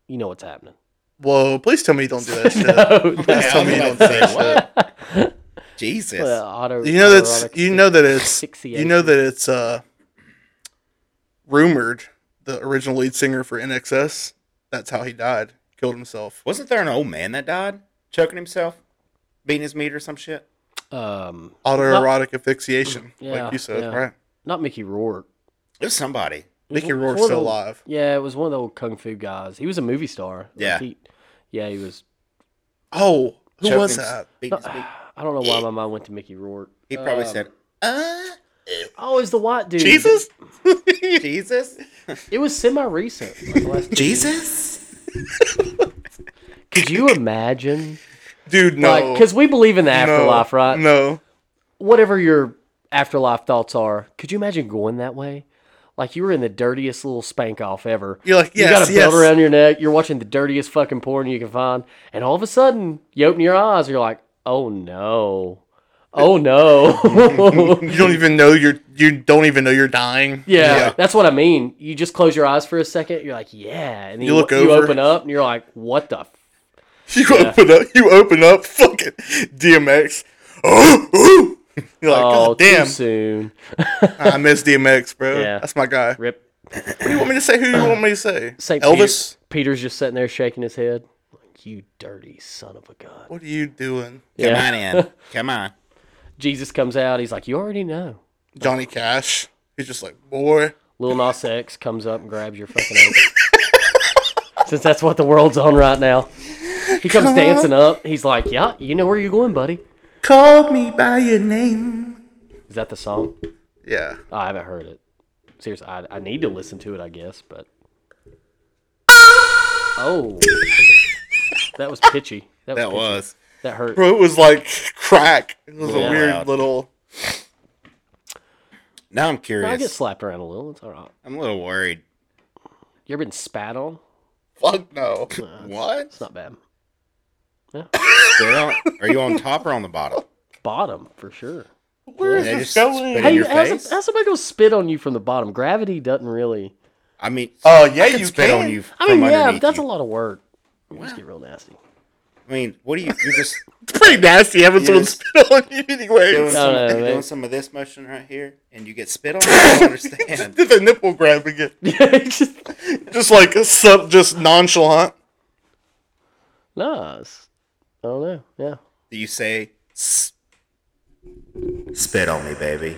S1: You know what's happening.
S2: Whoa! Please tell me you don't do that shit.
S1: Oh, no.
S3: Yeah, I was about to say, what? Jesus.
S1: Uh, auto,
S2: You know that's
S1: autoerotic
S2: you know that it's you
S1: asphyxiation.
S2: know that it's uh rumored the original lead singer for NXS. That's how he died. Killed himself.
S3: Wasn't there an old man that died choking himself, beating his meat or some shit?
S1: um,
S2: Autoerotic asphyxiation,
S1: Yeah,
S2: like you said,
S1: yeah.
S2: right?
S1: not Mickey Rourke.
S3: It was somebody.
S2: Mickey
S1: One-
S2: Rourke's
S1: one
S2: still
S1: of the-
S2: alive.
S1: Yeah, it was one of the old kung fu guys. He was a movie star. Like,
S3: Yeah.
S1: he, yeah, he was.
S2: Oh, who
S3: Choking
S2: was
S3: hims-
S2: that?
S3: beating his meat.
S1: I don't know why my mind went to Mickey Rourke.
S3: He probably
S1: Um,
S3: said, uh,
S1: "Oh, he's the white dude."
S2: Jesus.
S3: Jesus?
S1: It was semi-recent. like, the last-
S3: Jesus?
S1: Could you imagine?
S2: Dude,
S1: Like,
S2: no.
S1: because we believe in the
S2: no,
S1: afterlife, right?
S2: No.
S1: Whatever your afterlife thoughts are, could you imagine going that way? Like you were in the dirtiest little spank off ever.
S2: You're like,
S1: you got
S2: yes,
S1: a belt
S2: yes.
S1: around your neck. You're watching the dirtiest fucking porn you can find, and all of a sudden, you open your eyes. You're like, "Oh no, oh no."
S2: You don't even know you're you don't even know you're dying.
S1: yeah,
S3: Yeah.
S1: that's what I mean. You just close your eyes for a second. You're like, "Yeah," and then you,
S2: look
S1: you
S2: over.
S1: open up, and you're like, "What the?" F-?
S2: You open up. You open up. Fucking DMX. Oh, oh. You're like,
S1: Oh,
S2: God damn.
S1: too soon.
S2: I miss DMX, bro.
S1: Yeah.
S2: That's my guy. What
S1: Rip.
S2: do you want me to say? Who do you want me to say?
S1: Saint
S2: Elvis.
S1: Peter- Peter's just sitting there shaking his head. Like, you dirty son of a gun.
S2: What are you doing,
S3: Come
S1: Yeah.
S3: on in. Come on.
S1: Jesus comes out. He's like, "You already know."
S2: Johnny Cash? He's just like, boy.
S1: Lil Nas X comes up and grabs your fucking ankle. Since that's what the world's on right now. He comes dancing up. He's like, Yeah, you know where you're going, buddy.
S2: Call me by your name.
S1: Is that the song?
S2: Yeah.
S1: Oh, I haven't heard it. Seriously, I, I need to listen to it, I guess, but. Oh. That was pitchy. That,
S3: That
S1: was. pitchy.
S3: was.
S1: That hurt.
S2: Bro, it was like crack. It was a
S1: Yeah.
S2: weird
S3: Loud.
S2: little.
S3: Now I'm
S1: I get
S3: curious.
S1: slapped around a little. It's all right.
S3: I'm a little worried.
S1: You ever been spat on?
S2: Fuck no.
S3: What?
S1: It's not bad.
S3: They're on- Are you on top or on the bottom?
S1: Bottom, for sure.
S2: Where is
S3: They
S2: this
S3: just spit
S2: going?
S3: in
S1: Hey,
S3: your
S1: how's,
S3: face?
S1: how's somebody going to spit on you from the bottom? Gravity doesn't really.
S3: I mean,
S2: Oh yeah,
S3: I can
S2: you
S3: spit
S2: can.
S3: on you
S1: I
S3: from
S1: mean, yeah,
S3: underneath
S1: that's
S3: you.
S1: a lot of work. You just get real nasty.
S3: I mean, what do you? You just
S2: It's pretty nasty having
S3: Yes.
S2: someone spit on you,
S3: doing,
S2: anyways.
S1: No,
S3: some,
S1: no,
S3: you're
S1: they-
S3: doing some of this motion right here, and you get spit on. I don't understand.
S2: Did the nipple grab again?
S1: Just-
S2: Just like sub, just nonchalant.
S1: no, it's- I don't know. Yeah,
S3: Do you say "S- spit on me, baby?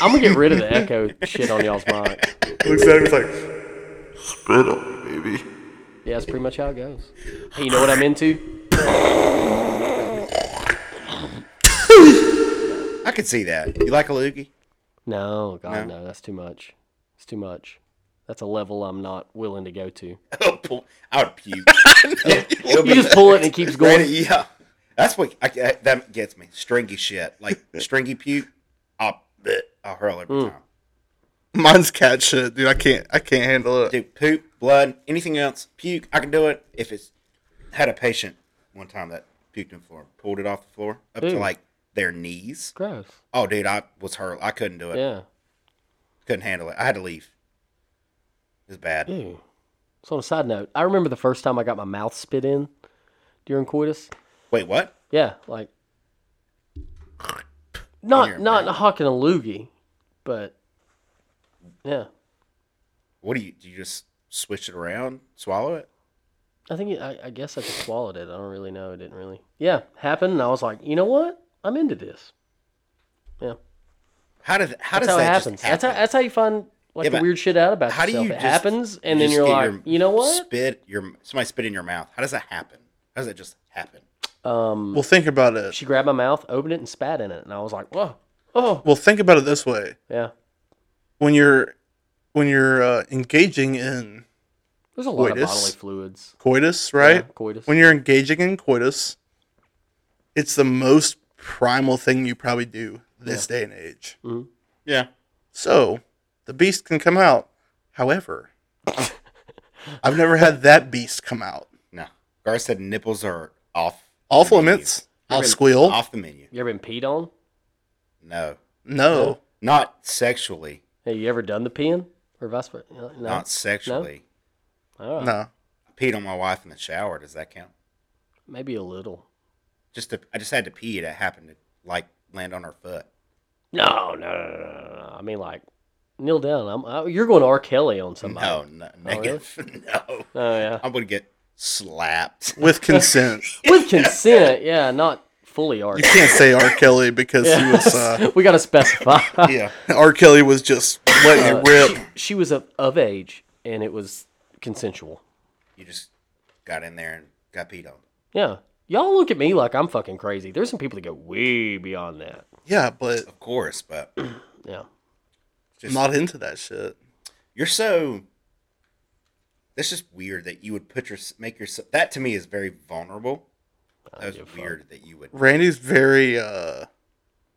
S1: I'm gonna get rid of the echo shit on y'all's mic.
S2: Looks at him, he's like,
S4: Spit on me, baby.
S1: Yeah, that's pretty much how it goes. Hey, you know what I'm into?
S3: I could see that. You like a loogie?
S1: No, God, no, that's too much. It's too much. That's a level I'm not willing to go to.
S3: I'll pu- I would puke.
S1: You just pull it and it keeps going.
S3: yeah, that's what I, I- that gets me. Stringy shit, like stringy puke. I'll, bleh, I'll hurl every time.
S2: mine's cat shit, dude. I can't, I can't handle it.
S3: Do poop, blood, anything else? Puke, I can do it. If it's had a patient one time that puked on the floor, pulled it off the floor up
S1: Ew.
S3: to like their knees.
S1: Gross.
S3: Oh, dude, I was hurl. I couldn't do it.
S1: Yeah.
S3: Couldn't handle it. I had to leave. It was bad.
S1: Ew. So on a side note, I remember the first time I got my mouth spit in during coitus.
S3: Wait, what?
S1: Yeah, like not not hawking a loogie, but yeah,
S3: What do you do? You just switch it around, swallow it.
S1: I think it- I, I guess I just swallowed it. I don't really know. It didn't really. Yeah, happened, and I was like, you know what? I'm into this. Yeah,
S3: How did how
S1: that's how
S3: does
S1: it
S3: that
S1: happens.
S3: just happen?
S1: That's how that's how you find like
S3: Yeah,
S1: the
S3: but
S1: weird shit out about
S3: How do
S1: yourself.
S3: you
S1: it
S3: just-
S1: happens, and then
S3: just
S1: you're
S3: get
S1: like,
S3: your
S1: you know what?
S3: Spit your somebody spit in your mouth. How does that happen? How does that just happen?
S1: Um,
S2: Well, think about it.
S1: she grabbed my mouth, opened it, and spat in it, and I was like, whoa, oh,
S2: Well, think about it this way:
S1: yeah.
S2: when you're, when you're uh, engaging in
S1: There's a lot of
S2: Coitus.
S1: bodily fluids.
S2: coitus, right?
S1: Yeah, coitus.
S2: When you're engaging in coitus, it's the most primal thing you probably do this day and age.
S3: Yeah.
S2: So the beast can come out. However, I've never had that beast come out.
S3: No. Gar said nipples are off
S2: Off
S3: the menu.
S2: limits. Oh. I'll squeal.
S3: Off the menu.
S1: you ever been peed on?
S3: No.
S2: No.
S3: Not sexually.
S1: Hey, you ever done the peeing or vice versa? No.
S3: Not sexually.
S1: Oh,
S2: No.
S3: I peed on my wife in the shower. Does that count?
S1: Maybe a little.
S3: Just to, I just had to pee. It happened to like land on her foot.
S1: No, no, no, no, no, no. I mean, like, kneel down. I'm. I, you're going to R. Kelly on somebody.
S3: No, no, negative. No.
S1: Oh yeah.
S3: I'm gonna get slapped.
S2: With consent.
S1: With consent, yeah, not fully R.
S2: you can't say R. Kelly because he was uh,
S1: we got to specify.
S3: Yeah.
S2: R. Kelly was just
S1: Uh,
S2: letting it rip.
S1: she was of, of age, and it was consensual.
S3: You just got in there and got peed on.
S1: Yeah. Y'all look at me like I'm fucking crazy. There's some people that go way beyond that.
S2: Yeah, but
S3: Of course, but
S1: Yeah.
S2: I'm not into that shit.
S3: you're so that's just weird that you would put your make yourself that to me is very vulnerable that's weird that you would
S2: Randy's very uh,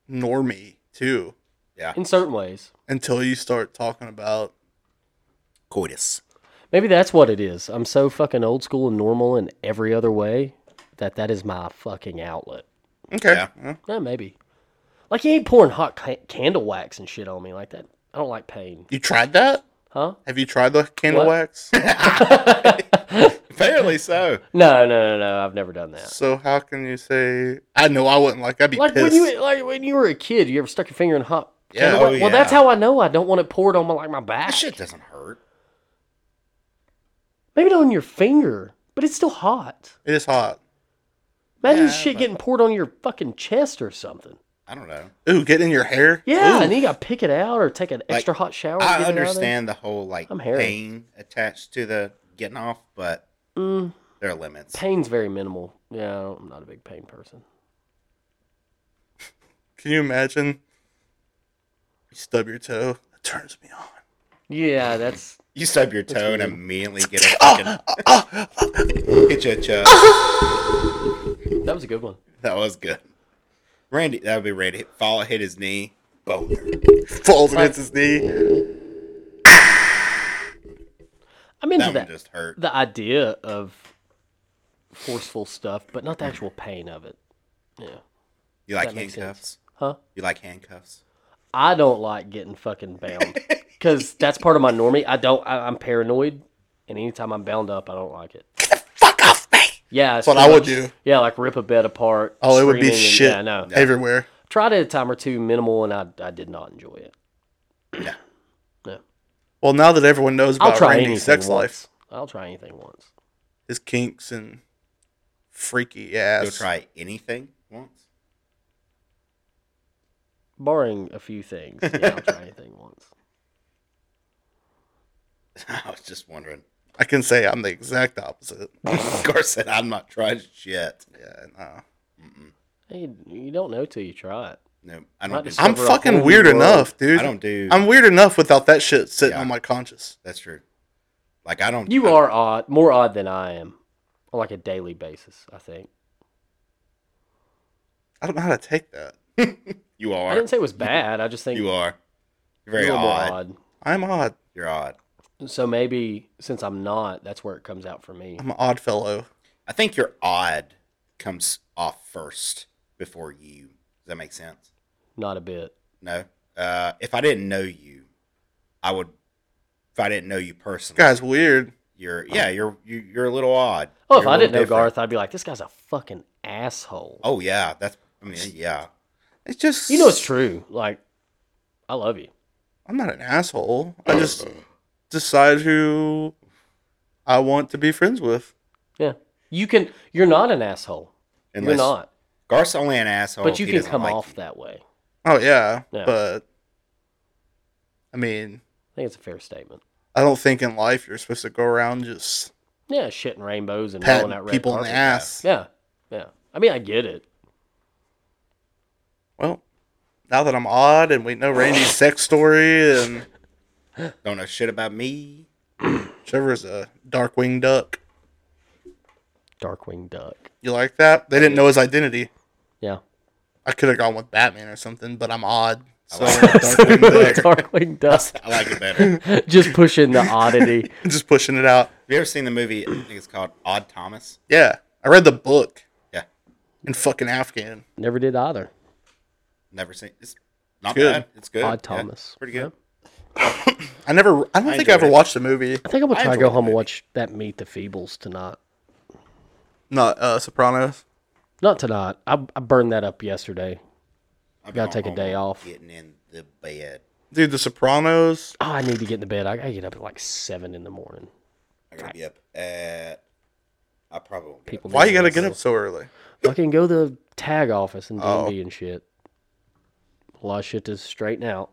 S2: normy too.
S3: yeah
S1: In certain ways,
S2: Until you start talking about
S3: coitus
S1: Maybe that's what it is. I'm so fucking old school and normal in every other way that that is my fucking outlet.
S2: okay,
S3: Yeah.
S2: well,
S1: Yeah, maybe. Like you ain't pouring hot ca- candle wax and shit on me like that. I don't like pain,
S2: you tried that?
S1: huh?
S2: Have you tried the candle
S1: What?
S2: wax?
S3: apparently so
S1: No, no, no, no. I've never done that.
S2: so how can you say? I know I wouldn't like. I'd be
S1: Like when
S2: pissed.
S1: you like when you were a kid, you ever stuck your finger in hot?
S2: Yeah,
S1: candle
S3: oh,
S1: wax? Well, that's
S3: yeah.
S1: how I know I don't want it poured on my like my back.
S3: that shit doesn't hurt
S1: Maybe not on your finger, but it's still hot.
S2: it is hot.
S1: Imagine
S3: Yeah,
S1: shit
S3: but-
S1: getting poured on your fucking chest or something.
S3: i don't know
S2: Ooh, get in your hair.
S1: Yeah,
S2: Ooh.
S1: and then you gotta pick it out or take an extra hot shower. to get
S3: i
S1: it out of there.
S3: understand the whole like
S1: Oh, I'm hairy.
S3: pain attached to the getting off but there are limits
S1: Mm, Pain's very minimal. Yeah, I don't- I'm not a big pain person.
S2: Can you imagine? You stub your toe. That turns me on.
S1: Yeah, that's Ah,
S3: you stub your toe and immediately get a fucking hit your chest
S1: that was a good one.
S3: that was good randy that would be randy fall hit his knee boner
S2: Falls against his knee.
S1: I'm into that.
S3: that one just hurt
S1: The idea of forceful stuff, but not the actual pain of it. Yeah,
S3: you like
S1: that makes sense.
S3: handcuffs
S1: huh?
S3: you like handcuffs
S1: I don't like getting fucking bound because that's part of my normie. I don't. I, I'm paranoid, and anytime I'm bound up, I don't like it.
S2: Fuck off me.
S1: Yeah, it's
S2: what
S1: pretty
S2: I would
S1: much-
S2: do.
S1: Yeah, like rip a bed apart.
S2: Oh, it would be
S1: screening and-
S2: shit
S1: yeah, no.
S2: everywhere.
S1: Tried it a time or two, minimal, and I, I did not enjoy it.
S2: Well, now that everyone knows
S1: I'll
S2: about
S1: try
S2: Randy's
S1: anything
S2: sex
S1: once.
S2: life,
S1: I'll try anything once.
S2: his kinks and freaky
S3: You'll
S2: ass.
S3: try anything once.
S1: Barring a few things, yeah, I'll try anything once.
S3: I was just wondering.
S2: I can say I'm the exact opposite.
S3: of course, said I'm not trying shit.
S2: Yeah, no.
S1: Hey, you don't know till you try it.
S3: No, I
S1: Might
S3: don't. Do,
S1: just-
S3: I'm,
S2: I'm
S1: Cover a
S2: fucking
S1: whole
S2: weird
S1: new world.
S2: enough, dude.
S3: I don't do.
S2: I'm weird enough without that shit sitting
S3: Yeah.
S2: on my conscience.
S3: that's true. Like I don't.
S1: You
S3: I-
S1: are odd, more odd than I am, on like a daily basis. I think.
S2: I don't know how to take that.
S3: You
S1: I
S3: are.
S1: didn't say it was bad. I just think
S3: You are.
S1: you're
S3: You're very
S1: a little more
S3: odd.
S2: I'm odd.
S3: You're odd.
S1: odd. So maybe since I'm not, that's where it comes out for me.
S2: I'm an odd fellow.
S3: I think your odd comes off first before you. Does that make sense?
S1: Not a bit.
S3: No. Uh, if I didn't know you, I would. If I didn't know you personally,
S2: Guy's weird.
S3: you're yeah, you're you, you're a little odd.
S1: Oh, if
S3: You're a
S1: I
S3: little
S1: didn't know
S3: different.
S1: Garth, I'd be like, this guy's a fucking asshole.
S3: Oh yeah, that's. I mean yeah.
S2: It's just
S1: You know it's true. Like, I love you.
S2: I'm not an asshole. I just decide who I want to be friends with.
S1: Yeah, you can. You're not an asshole.
S3: Unless-
S1: you're not,
S3: Garth's only an asshole. if
S1: but you
S3: he
S1: can
S3: doesn't
S1: come
S3: like
S1: off
S3: you.
S1: that way.
S2: Oh yeah,
S1: Yeah.
S2: but I mean,
S1: I think it's a fair statement.
S2: I don't think in life you're supposed to go around just
S1: Yeah, shitting rainbows and rolling out
S2: patting
S1: red
S2: people in the
S1: carpet.
S2: ass.
S1: Yeah, yeah. I mean, I get it.
S2: Well, now that I'm odd and we know Randy's sex story and
S3: Don't know shit about me.
S2: Trevor's a dark winged duck.
S1: Darkwing Duck.
S2: You like that? They didn't know his identity.
S1: Yeah.
S2: I could have gone with Batman or something, but I'm odd. So Darkwing Duck.
S1: Darkwing Duck.
S3: I like it better. Have
S1: Just pushing the oddity.
S2: just pushing it out.
S3: you ever seen the movie? I think it's called Odd Thomas.
S2: Yeah, I read the book
S3: Yeah,
S2: in fucking Afghan.
S1: Never did either.
S3: never seen. It's not
S2: Good.
S3: bad. It's good.
S1: Odd
S3: Yeah,
S1: Thomas.
S3: pretty good.
S2: I never. I don't think I
S3: enjoyed
S2: ever
S3: it.
S2: watched the movie.
S1: I think I'm gonna
S3: I
S1: try to go
S3: enjoyed the
S1: home and
S3: movie.
S1: watch that Meet the Feebles tonight.
S2: Not uh, Sopranos.
S1: Not tonight. I, I burned that up yesterday.
S3: I've
S1: Gotta
S3: gone
S1: take a
S3: home
S1: day off.
S3: Getting in the bed.
S2: Dude, The Sopranos.
S1: Oh, I need to get into bed. I gotta get up at like seven in the morning.
S3: I gotta be up at. I probably won't get
S1: People
S2: Why you
S1: being
S2: gotta get up
S1: assholes.
S2: so early?
S1: Fucking go to the tag office and D
S2: Oh.
S1: and D and shit. A lot of shit to straighten out.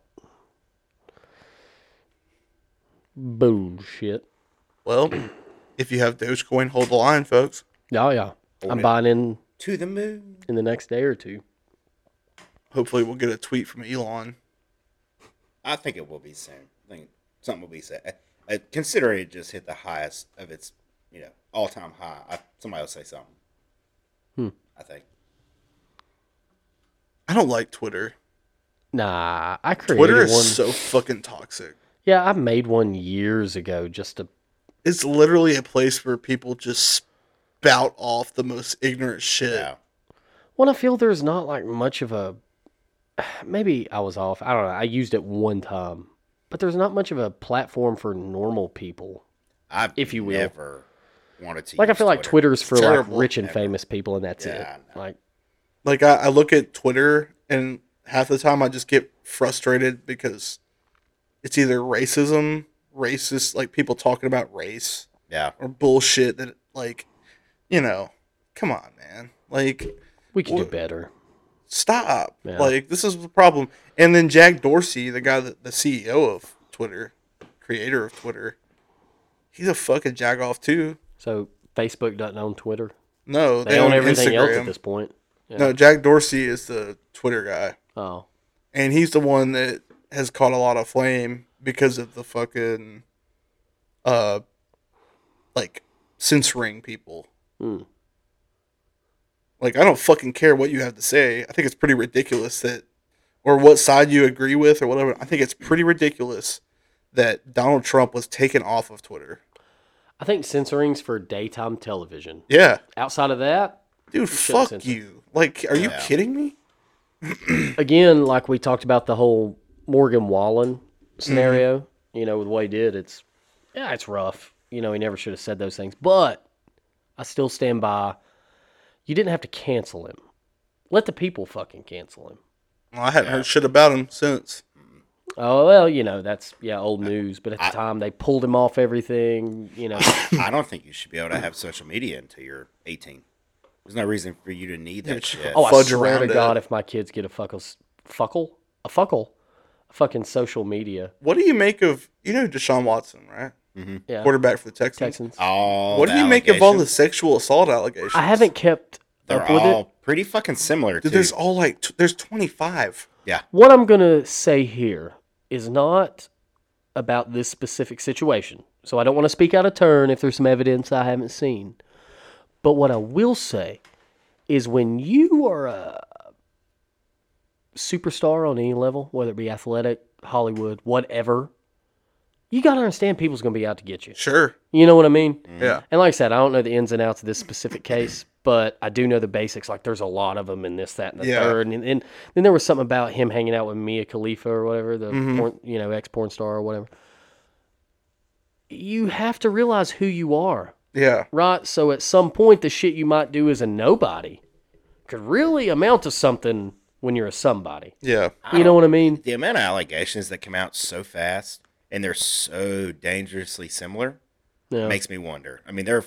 S1: Bullshit.
S2: Well, if you have Dogecoin, hold the line, folks.
S1: Oh yeah, I'm buying in
S3: up. to the moon.
S1: in the next day or two.
S2: Hopefully, we'll get a tweet from Elon.
S3: I think it will be soon. I think something will be said. Uh, considering it just hit the highest of its, you know, all time high. I, somebody will say something.
S1: Hmm.
S3: I think.
S2: I don't like Twitter.
S1: Nah, I created
S2: Twitter
S1: one.
S2: is so fucking toxic.
S1: yeah, I made one years ago just to.
S2: It's literally a place where people just spout off the most ignorant shit.
S3: Yeah.
S1: Well, I feel there's not like much of a. Maybe I was off. I don't know. I used it one time, but there's not much of a platform for normal people.
S3: I've
S1: If you will.
S3: never wanted to.
S1: Like I
S3: use
S1: feel like Twitter's for like
S2: terrible.
S1: rich and famous people, and that's
S3: Yeah,
S1: it. Like
S2: Like I, I look at Twitter, and half the time I just get frustrated because it's either racism, racist, like people talking about race,
S3: Yeah.
S2: or bullshit that like you know come on man like
S1: we could do better.
S2: stop
S1: Yeah.
S2: like this is the problem and then jack dorsey the guy that the ceo of twitter creator of twitter he's a fucking jagoff too
S1: So Facebook doesn't own Twitter.
S2: no
S1: They, own everything else at this point. Yeah.
S2: no jack dorsey is the twitter guy
S1: Oh,
S2: and he's the one that has caught a lot of flame because of the fucking uh like censoring people like i don't fucking care what you have to say i think it's pretty ridiculous that or what side you agree with or whatever i think it's pretty ridiculous that donald trump was taken off of twitter
S1: I think censoring's for daytime television.
S2: yeah
S1: Outside of that,
S2: dude
S1: should've
S2: fuck
S1: censored.
S2: you like are you kidding me
S1: again, like we talked about the whole Morgan Wallen scenario, you know, with what he did, it's yeah, it's rough. You know, he never should have said those things. But I still stand by. You didn't have to cancel him. Let the people fucking cancel him.
S2: Well, I hadn't heard shit about him since.
S1: Oh well, you know that's yeah old news. But at the time, they pulled him off everything. You know,
S3: I don't think you should be able to have social media until you're 18. There's no reason for you to need that shit.
S1: oh, I
S2: Fudge
S1: swear to
S2: around
S1: God,
S2: it.
S1: if my kids get a fuckle, fuckle, a fuckle, fucking social media,
S2: What do you make of you know Deshaun Watson, right?
S1: yeah,
S2: Quarterback for the Texans.
S1: Texans.
S3: All
S2: What
S3: the
S2: do you make of Mm-hmm. all the
S3: allegations,
S2: sexual assault allegations?
S1: I haven't kept
S3: They're
S1: up with
S3: all
S1: it.
S3: pretty fucking similar to
S2: Dude, there's all like t- there's 25.
S1: What I'm gonna say here is not about this specific situation. So I don't want to speak out of turn if there's some evidence I haven't seen. But what I will say is when you are a superstar on any level, whether it be athletic, Hollywood, whatever, you got to understand people's going to be out to get you.
S2: Sure.
S1: You know what I mean?
S2: Yeah.
S1: And like I said, I don't know the ins and outs of this specific case, but I do know the basics. Like there's a lot of them in this, that, and the
S2: Yeah.
S1: third. And, and then there was something about him hanging out with Mia Khalifa or whatever, the porn, you know ex porn star or whatever. You have to realize who you are,
S2: Yeah.
S1: right? So at some point, the shit you might do as a nobody could really amount to something when you're a somebody.
S2: Yeah.
S1: You know what I mean?
S3: the amount of allegations that come out so fast and they're so dangerously similar
S1: Yeah.
S3: makes me wonder. I mean, they're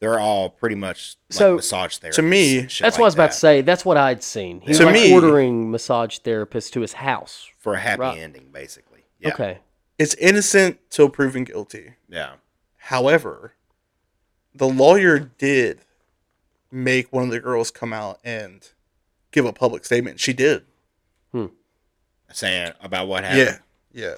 S3: they're all pretty much like
S1: So,
S3: massage therapists.
S2: to me,
S3: and shit
S1: That's
S3: like
S1: what I was about
S3: that
S1: to say. That's what I'd seen. He was
S2: To
S1: like
S2: me-
S1: ordering massage therapists to his house.
S3: for a happy
S1: Right.
S3: ending, basically. Yeah.
S1: Okay.
S2: It's innocent till proven guilty.
S3: Yeah.
S2: However, the lawyer did make one of the girls come out and give a public statement. She did.
S3: Saying about what happened.
S2: Yeah. Yeah.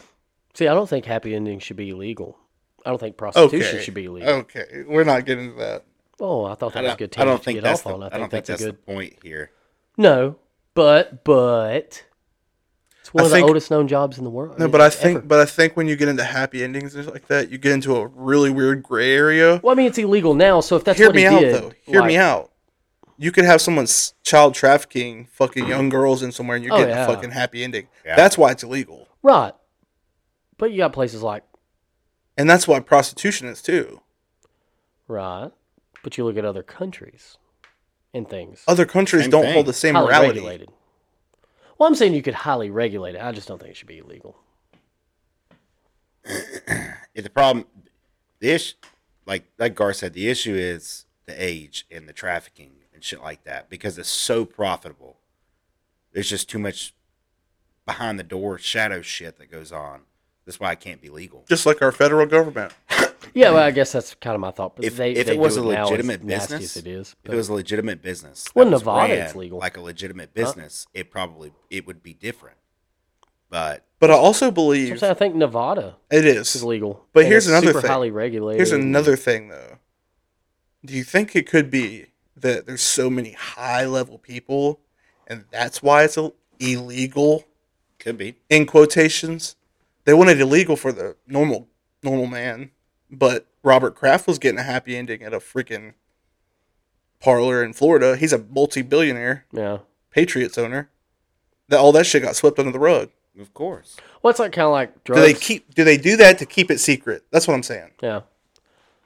S1: See, I don't think happy endings should be illegal. I don't think prostitution should be
S2: Oh,
S1: illegal.
S2: Okay. We're not getting to that.
S1: Oh, I thought
S3: I
S1: that was a
S3: don't,
S1: good
S3: I
S1: tangent
S3: don't
S1: to
S3: think
S1: get
S3: that's
S1: off
S3: the,
S1: on. I think, that's,
S3: that's
S1: a
S3: the
S1: good.
S3: point here.
S1: No, but but it's one
S2: I
S1: of the
S2: think-
S1: oldest known jobs in the world.
S2: No, but I
S1: ever.
S2: think but I think when you get into happy endings and shit like that, you get into a really weird gray area.
S1: Well, I mean, it's illegal now. So if that's
S2: Hear
S1: what
S2: me
S1: he
S2: out
S1: did,
S2: though. Hear me
S1: like-
S2: out. You could have someone s- child trafficking fucking young girls in somewhere and you're
S1: Oh,
S2: getting
S1: yeah.
S2: a fucking happy ending.
S3: Yeah.
S2: That's why it's illegal.
S1: right? But you got places like
S2: And that's why prostitution is too.
S1: right, but you look at other countries and things.
S2: Other countries
S3: Same
S2: don't
S3: thing.
S2: hold the same
S1: highly
S2: morality.
S1: regulated. Well, I'm saying you could highly regulate it. I just don't think it should be illegal.
S3: Yeah, the problem, the issue, like like Gar said, the issue is the age and the trafficking and shit like that because it's so profitable. There's just too much behind the door shadow shit that goes on. That's why it can't be legal.
S2: Just like our federal government.
S1: Yeah, well, I guess that's kind of my thought. But
S3: If-
S1: they,
S3: if
S1: they
S3: it was
S1: do
S3: a
S1: now as
S3: legitimate
S1: nasty
S3: business,
S1: as it is,
S3: If it was a legitimate business, that
S1: Well, in
S3: was
S1: Nevada,
S3: ran
S1: it's legal.
S3: Like a legitimate business, it probably it would be different. But
S2: But I also
S1: So I'm
S2: believe
S1: saying I think Nevada
S2: it
S1: is
S2: is.
S1: legal.
S2: But
S1: and
S2: here's
S1: it's
S2: another
S1: super
S2: thing.
S1: highly regulated.
S2: Here's another thing though. Do you think it could be that there's so many high level people and that's why it's Ill- illegal
S3: could be
S2: in quotations. They wanted illegal for the normal normal man, but Robert Kraft was getting a happy ending at a freaking parlor in Florida. He's a multi billionaire
S1: Yeah.
S2: Patriots owner. That all that shit got swept under the rug.
S3: of course.
S1: Well, it's like kind of like drugs.
S2: Do they keep? Do they do that to keep it secret? That's what I'm saying.
S1: Yeah.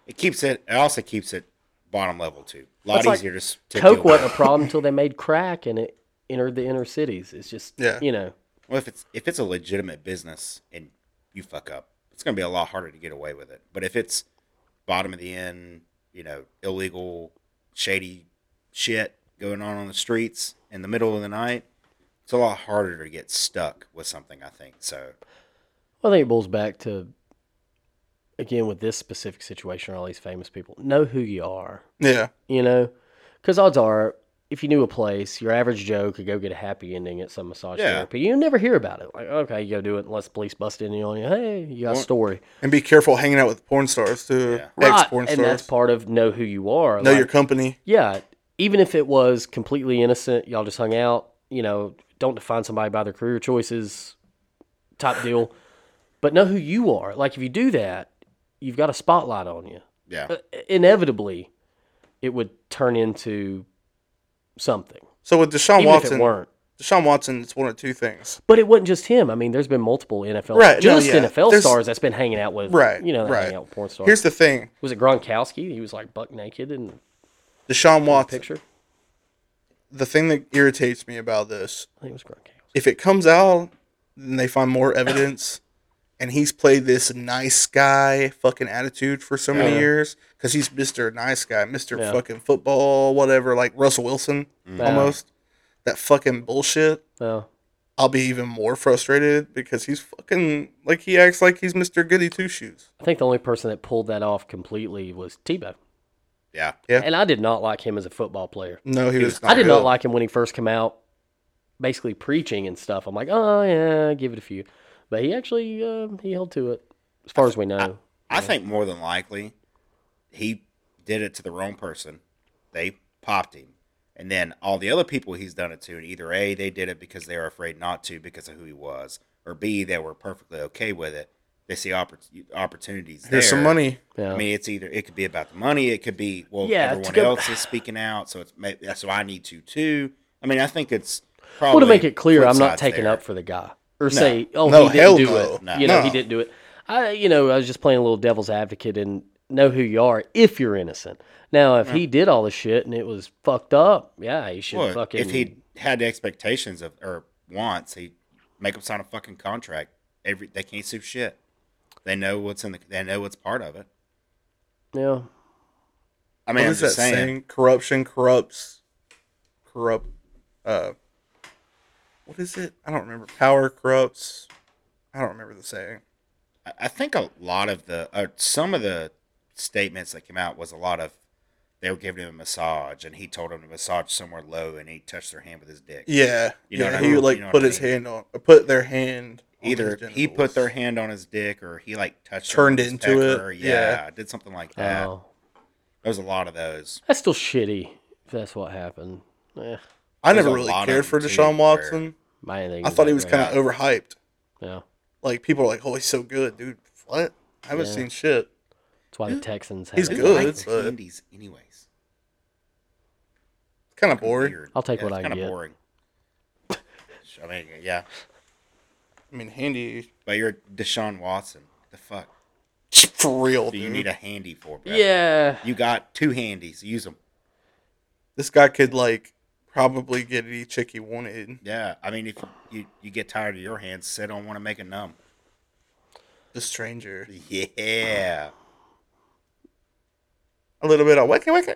S3: It keeps it. It also keeps it bottom level too. A lot
S1: That's like
S3: easier to, s- to
S1: Coke
S3: deal with.
S1: wasn't a problem until they made crack and it entered the inner cities. It's just,
S2: Yeah.
S1: you know,
S3: Well, if it's if it's a legitimate business and you fuck up, it's going to be a lot harder to get away with it. But if it's bottom of the end, you know, illegal, shady shit going on on the streets in the middle of the night, it's a lot harder to get stuck with something. I think so.
S1: I think it boils back to, again, with this specific situation or all these famous people, know who you are,
S2: Yeah,
S1: you know? Because odds are, if you knew a place, your average Joe could go get a happy ending at some massage
S3: Yeah.
S1: therapy. You never hear about it. Like, okay, you go do it unless the police bust in on you. Hey, you got a
S3: Well,
S1: story.
S2: and be careful hanging out with porn stars too.
S3: Yeah.
S2: Ex
S1: Right.
S2: porn
S1: And that's
S2: stars.
S1: part of know who you are.
S2: know
S1: Like,
S2: your company.
S1: Yeah, even if it was completely innocent, y'all just hung out. You know, don't define somebody by their career choices. Top deal, but know who you are. Like if you do that, you've got a spotlight on you.
S3: Yeah,
S1: Uh, Inevitably, it would turn into something,
S2: So with Deshaun
S1: even if
S2: Watson,
S1: it weren't.
S2: Deshaun Watson, it's one of two things.
S1: But it wasn't just him. I mean, there's been multiple NFL,
S2: Right, no,
S1: just
S2: yeah.
S1: NFL
S2: There's-
S1: stars that's been hanging out with,
S2: Right,
S1: You know, that
S2: right.
S1: hang out with porn stars.
S2: Here's the thing.
S1: was it Gronkowski? He was like buck naked and
S2: Deshaun Watson.
S1: picture.
S2: The thing that irritates me about this,
S1: I think it was Gronkowski.
S2: if it comes out and they find more evidence, and he's played this nice guy fucking attitude for so many
S1: Yeah.
S2: years, because he's Mister Nice Guy, Mister
S1: Yeah. Mm.
S2: Fucking Football, whatever, like Russell Wilson
S1: Yeah.
S2: almost. That fucking bullshit.
S1: Oh,
S2: I'll be even more frustrated because he's fucking like he acts like he's Mister Goody Two Shoes.
S1: I think the only person that pulled that off completely was Tebow,
S3: Yeah.
S2: Yeah.
S1: and I did not like him as a football player.
S2: No, he,
S3: He
S2: was.
S3: was
S2: not
S1: I did
S2: good.
S1: not like him when he first came out, basically preaching and stuff. I'm like, oh yeah, give it a few, but he actually uh, he held to it, as far as we know.
S3: I think more than likely he did it to the wrong person. They popped him. And then all the other people he's done it to, and either A, they did it because they were afraid not to because of who he was, or B, they were perfectly okay with it. They see oppor- opportunities
S2: Here's
S3: there.
S2: some money.
S1: yeah,
S3: I mean, it's either it could be about the money, it could be well,
S1: Yeah, to
S3: everyone
S1: go-
S3: else is speaking out, so it's may- so I need to too. I mean, I think it's probably
S1: well, to make it clear,
S3: flip
S1: I'm not
S3: sides
S1: taking
S3: there.
S1: up for the guy or say, oh,
S2: No,
S1: he didn't
S2: hell
S1: do
S2: no.
S1: it.
S3: No.
S1: You know, he
S2: No.
S1: didn't do it. I, you know, I was just playing a little devil's advocate and know who you are if you're innocent. Now, if he did all the shit and it was fucked up, yeah, he should
S3: Look,
S1: fucking.
S3: if he had expectations of or wants, he make him sign a fucking contract. Every they can't sue shit. They know what's in the. They know what's part of it.
S2: Ah.
S1: yeah,
S3: I mean,
S2: What
S3: I'm
S2: is that
S3: just saying.
S2: saying? Corruption corrupts. Corrupt. Uh, what is it? I don't remember. Power corrupts. I don't remember the saying.
S3: I- I think a lot of the uh, some of the statements that came out was a lot of they were giving him a massage, and he told him to massage somewhere low, and he touched their hand with his dick.
S2: Yeah,
S3: You know
S2: yeah.
S3: what I
S2: He
S3: mean?
S2: would, like
S3: You know what
S2: put
S3: I
S2: his
S3: mean?
S2: hand on, or put their hand. on
S3: Either
S2: his
S3: he put
S2: genitals.
S3: their hand on his dick, or he like touched
S2: Turned
S3: him with his
S2: into it,
S3: pecker.
S2: yeah.
S3: did something like that.
S1: Oh.
S3: There was a lot of those.
S1: that's still shitty. If that's what happened, eh,
S2: I
S3: There's
S2: never
S3: a
S2: really
S3: lot of
S2: cared
S3: them,
S2: for
S3: too,
S2: Deshaun
S3: where-
S2: Watson.
S1: my thing.
S2: I
S1: is
S2: thought
S1: not
S2: he was
S1: great.
S2: kind of overhyped.
S1: Yeah,
S2: Like people are like, "Oh, he's so good, dude." What? I haven't
S1: Yeah.
S2: seen shit.
S1: that's why the Texans. Have
S2: He's
S1: it.
S3: Who
S2: good,
S3: likes
S2: but-
S3: candies anyways.
S2: Kind of boring.
S3: Weird.
S1: I'll take what
S3: it's
S1: I can
S3: kinda
S1: get.
S3: Boring. I mean, yeah,
S2: I mean, handy
S3: but you're Deshaun Watson. The fuck?
S2: for real,
S3: Do you
S2: dude.
S3: need a handy for? Bro?
S1: Yeah,
S3: You got two handies. Use them.
S2: this guy could like probably get any chick he wanted.
S3: Yeah. I mean, if you you get tired of your hands, sit on one and make a numb.
S2: The stranger.
S3: Yeah.
S2: a little bit of wicky wicky.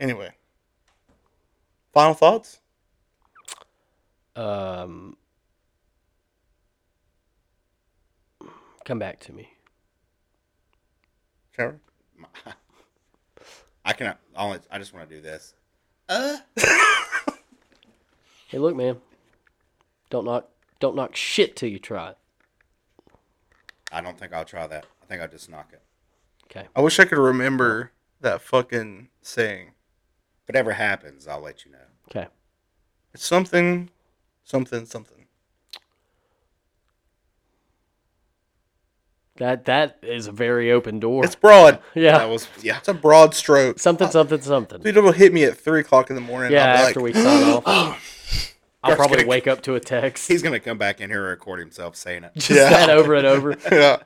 S2: Anyway, final thoughts.
S1: um, come back to me.
S2: Cameron?
S3: I cannot. I'll, I just want to do this.
S1: Hey, look, man. Don't knock, don't knock shit till you try it.
S3: I don't think I'll try that. I think I'll just knock it.
S1: Okay.
S2: I wish I could remember that fucking saying.
S3: If it ever happens, I'll let you know.
S1: Okay.
S2: It's something, something, something.
S1: That that is a very open door.
S2: It's broad.
S1: yeah.
S3: That was yeah.
S2: It's a broad stroke.
S1: something, something, something.
S2: Dude, it'll hit me at three o'clock in the morning.
S1: yeah.
S2: I'll be
S1: After
S2: like,
S1: we sign off, I'll probably
S3: gonna-
S1: wake up to a text.
S3: He's gonna come back in here and record himself saying it.
S1: Just that over and over.
S2: yeah.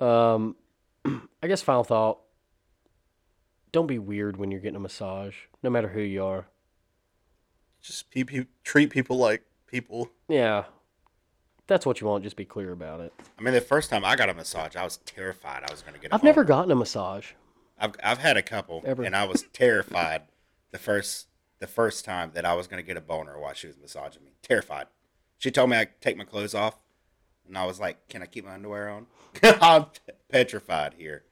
S1: Um, I guess final thought. Don't be weird when you're getting a massage, no matter who you are.
S2: Just pe- pe- treat people like people.
S1: Yeah. If that's what you want. Just be clear about it.
S3: I mean, the first time I got a massage, I was terrified I was gonna get. a
S1: I've never
S3: boner.
S1: gotten a massage.
S3: I've I've had a couple,
S1: Ever.
S3: and I was terrified the first the first time that I was gonna get a boner while she was massaging me. Terrified. She told me I could take my clothes off, and I was like, "Can I keep my underwear on?" I'm petrified here.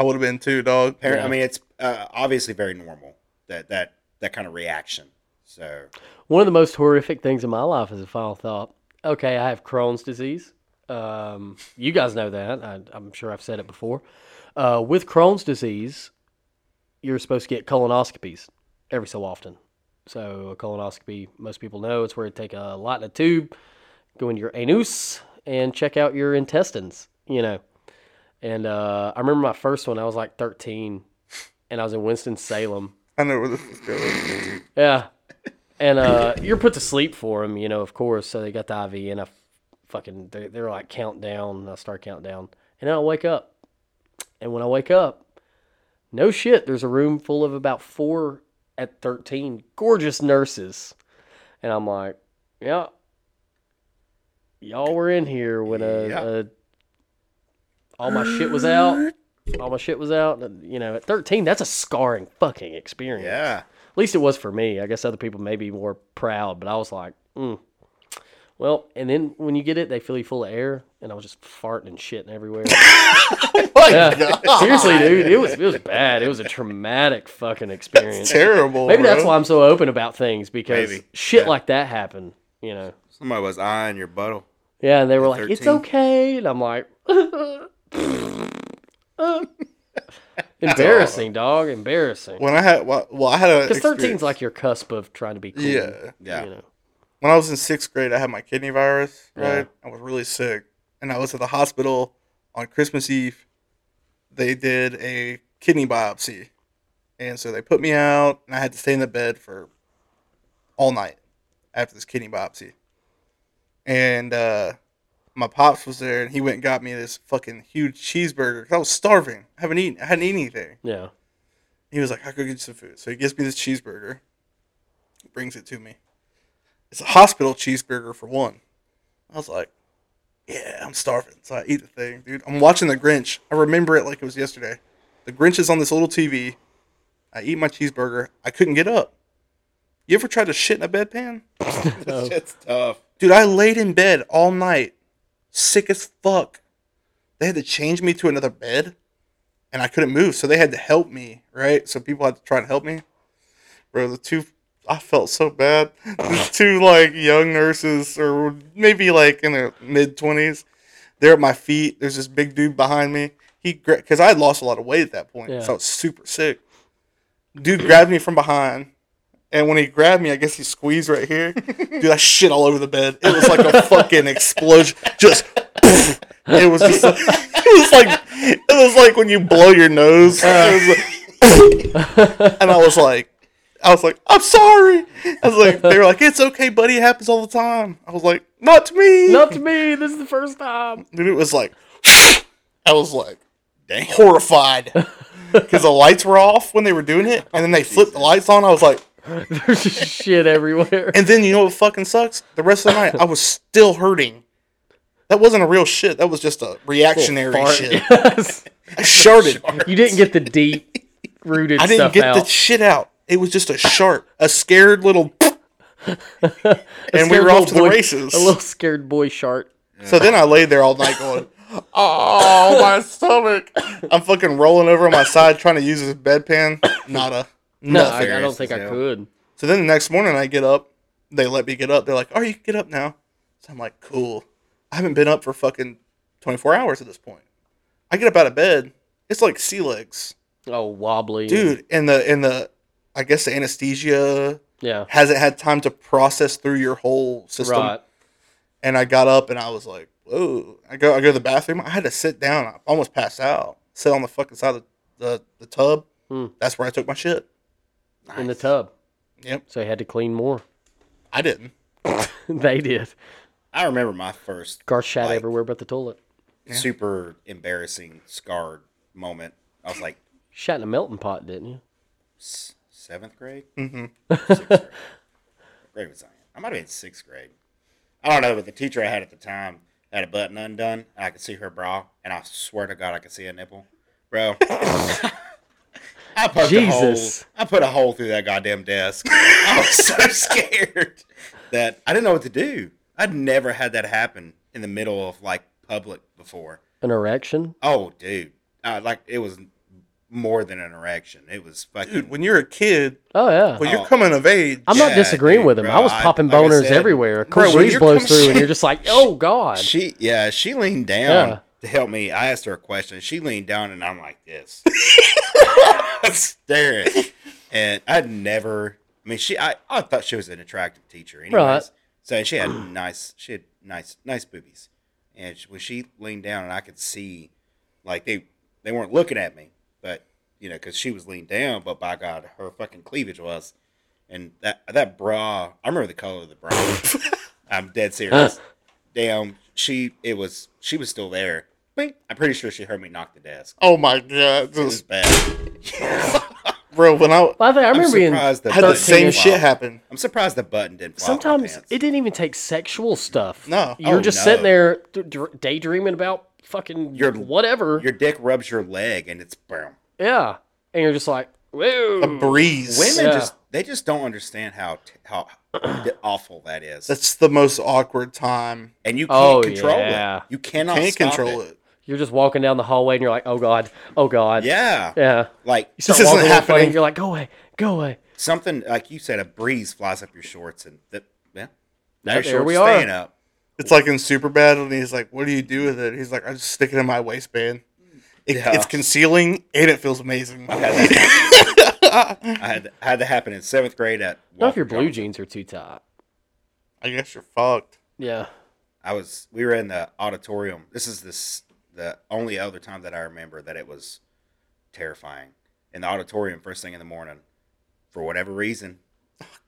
S2: I would have been too, dog.
S3: Appar- I mean, it's uh, obviously very normal that that that kind of reaction. So
S1: One of the most horrific things in my life is a final thought. Okay, I have Crohn's disease. Um, you guys know that. I, I'm sure I've said it before. Uh, with Crohn's disease, you're supposed to get colonoscopies every so often. So a colonoscopy, most people know, it's where you take a light in a tube, go into your anus, and check out your intestines. You know, and uh, I remember my first one. I was like 13, and I was in Winston Salem.
S2: I know where this is going.
S1: Yeah. And uh, you're put to sleep for them, you know, of course. So they got the IV, and I fucking, they, they're like countdown. And I start countdown. And then I wake up. And when I wake up, No shit. There's a room full of about four at 13 gorgeous nurses. And I'm like, yeah, y'all were in here when a,
S3: Yeah.
S1: a- all my shit was out. All my shit was out. And, you know, at 13, that's a scarring fucking experience.
S3: Yeah.
S1: At least it was for me. I guess other people may be more proud, but I was like, mm. Well, and then when you get it, they fill you full of air, and I was just farting and shitting everywhere.
S2: Oh
S1: Yeah. Seriously, dude, it was it was bad. It was a traumatic fucking experience.
S2: Terrible.
S1: Maybe that's
S2: bro.
S1: why I'm so open about things because
S3: Maybe.
S1: shit like that happened, you know.
S3: Somebody was eyeing your buttle.
S1: Yeah, and they were like, "It's
S3: 13.
S1: okay," and I'm like, embarrassing, dog, embarrassing.
S2: When I had well, well, I had a
S1: Because
S2: experience.
S1: thirteen's like your cusp of trying to be cool.
S2: yeah.
S3: Yeah.
S1: you know.
S2: When I was in sixth grade, I had my kidney virus.
S1: Yeah.
S2: Right, I was really sick, and I was at the hospital on Christmas Eve. They did a kidney biopsy, and so they put me out, and I had to stay in the bed for all night after this kidney biopsy. And uh, my pops was there, and he went and got me this fucking huge cheeseburger. 'cause I was starving. I haven't eaten. I hadn't eaten anything.
S1: Yeah.
S2: He was like, I'll go get you some food. So he gives me this cheeseburger, brings it to me. It's a hospital cheeseburger for one. I was like, yeah, I'm starving. So I eat the thing, dude. I'm watching The Grinch. I remember it like it was yesterday. The Grinch is on this little TV. I eat my cheeseburger. I couldn't get up. You ever tried to shit in a bedpan?
S3: That shit's tough.
S2: Dude, I laid in bed all night, sick as fuck. They had to change me to another bed, and I couldn't move, so they had to help me, right? So people had to try and help me. Bro, the two, I felt so bad. These two, like, young nurses, or maybe like in their mid 20s, they're at my feet. There's this big dude behind me. He, because I had lost a lot of weight at that point,
S1: Yeah.
S2: so I was super sick. Dude grabbed me from behind, and when he grabbed me, I guess he squeezed right here. Dude, I shit all over the bed. It was like a fucking explosion. Just it was just like, it was like it was like when you blow your nose. It was like- and I was like I was like, I'm sorry. I was like they were like, It's okay, buddy, it happens all the time. I was like, Not to me.
S1: Not to me. This is the first time.
S2: Dude, it was like I was like
S3: Damn.
S2: horrified. Because the lights were off when they were doing it, and then they flipped the lights on. I was like,
S1: There's just shit everywhere.
S2: And then you know what fucking sucks? The rest of the night I was still hurting. That wasn't a real shit. That was just a reactionary
S1: Fart.
S2: shit.
S1: Yes.
S2: I sharted.
S1: You didn't get the deep rooted
S2: I didn't
S1: stuff
S2: get
S1: out.
S2: the shit out. It was just a shart, a scared little. and we
S1: Scared
S2: were
S1: little
S2: off to the
S1: boy-
S2: races.
S1: A little scared boy shark.
S2: So then I laid there all night going, "Oh my stomach!" I'm fucking rolling over on my side trying to use this bedpan. Nada.
S1: No,
S2: Nothing.
S1: I, I don't
S3: serious
S1: think
S3: as
S1: I
S3: hell.
S1: could.
S2: So then the next morning I get up. They let me get up. They're like, "Oh, you can get up now." So I'm like, "Cool." I haven't been up for fucking 24 hours at this point. I get up out of bed. It's like sea legs,
S1: Oh, wobbly, and-
S2: dude. And the and the, I guess the anesthesia
S1: Yeah,
S2: hasn't had time to process through your whole system.
S1: right.
S2: And I got up and I was like, "Whoa!" I go I go to the bathroom. I had to sit down. I almost passed out. Sit on the fucking side of the the, the tub.
S1: Hmm.
S2: That's where I took my shit.
S1: In the tub,
S2: Yep,
S1: so he had to clean more.
S2: I didn't.
S1: they did.
S3: I remember my first
S1: Gar shat
S3: Like-
S1: everywhere but the toilet.
S3: super embarrassing, scarred moment. I was like
S1: Shat in a melting pot, didn't you?
S3: s- seventh grade? Mm-hmm. Sixth grade. What grade was I in? I might have been sixth grade. I don't know, but the teacher I had at the time had a button undone, and I could see her bra, and I swear to God, I could see a nipple. Bro. I poked
S1: Jesus.
S3: a hole. I put a hole through that goddamn desk. I was so scared that I didn't know what to do. I'd never had that happen in the middle of like public before.
S1: An erection?
S3: Oh, dude. Uh, like, it was more than an erection. It was fucking.
S2: Dude, when you're a kid,
S1: Oh yeah.
S2: when you're
S3: Oh.
S2: coming of age,
S1: I'm not
S3: yeah,
S1: disagreeing
S3: dude,
S1: with him.
S3: bro,
S1: I was
S3: I-
S1: popping
S3: like I
S1: boners
S3: said-
S1: everywhere. A
S2: Bro,
S1: cool
S2: when
S1: breeze
S2: you're
S1: blows
S2: coming-
S1: through, and you're just like, "Oh God!"
S3: She yeah, she leaned down
S1: Yeah.
S3: to help me. I asked her a question. She leaned down and I'm like this. staring. And I'd never I mean she I, I thought she was an attractive teacher anyways.
S1: Right.
S3: So she had nice she had nice nice boobies. And she, when she leaned down and I could see like they they weren't looking at me, but you know cuz she was leaned down, but by God, her fucking cleavage was and that that bra, I remember the color of the bra. I'm dead serious. Damn, she it was she was still there. Bing. I'm pretty sure she heard me knock the desk.
S2: oh my god,
S3: It
S2: just
S3: was bad.
S2: bro. When I
S1: Well, I, think, I remember being
S3: surprised that
S2: had the
S1: 13
S2: same
S1: and-
S2: shit happen,
S3: I'm surprised the button didn't. Fall
S1: Sometimes
S3: off my
S1: it didn't even take sexual stuff.
S2: No.
S1: you're
S3: Oh,
S1: just
S3: no.
S1: sitting there d- d- daydreaming about fucking
S3: Your-
S1: whatever.
S3: your dick rubs your leg and it's boom.
S1: yeah, and you're just like, whoa.
S2: a breeze.
S3: Women
S1: Yeah.
S3: just they just don't understand how t- how d- awful that is,
S2: That's the most awkward time.
S3: and you can't
S1: Oh,
S3: control
S1: yeah.
S3: it. You cannot
S2: Can't
S3: stop
S2: control
S3: it.
S2: it.
S1: You're just walking down the hallway and you're like, oh god, oh god.
S3: Yeah,
S1: yeah.
S3: like
S1: You start
S2: isn't
S1: walking away from it,
S2: happening.
S1: You're like, go away, go away.
S3: something like you said, a breeze flies up your shorts, and the, yeah, now
S1: There
S3: your shorts
S1: we are.
S3: staying up.
S2: It's like in Superbad, and he's like, "What do you do with it?" He's like, "I just stick it in my waistband. It,
S3: Yeah.
S2: It's concealing, and it feels amazing."
S3: I had I had that happen in seventh grade
S1: Not
S3: at.
S1: if
S3: Walker
S1: your blue
S3: Johnson.
S1: jeans are too tight.
S2: I guess you're fucked.
S1: Yeah.
S3: I was we were in the auditorium. This is this the only other time that I remember that it was terrifying. In the auditorium first thing in the morning, for whatever reason,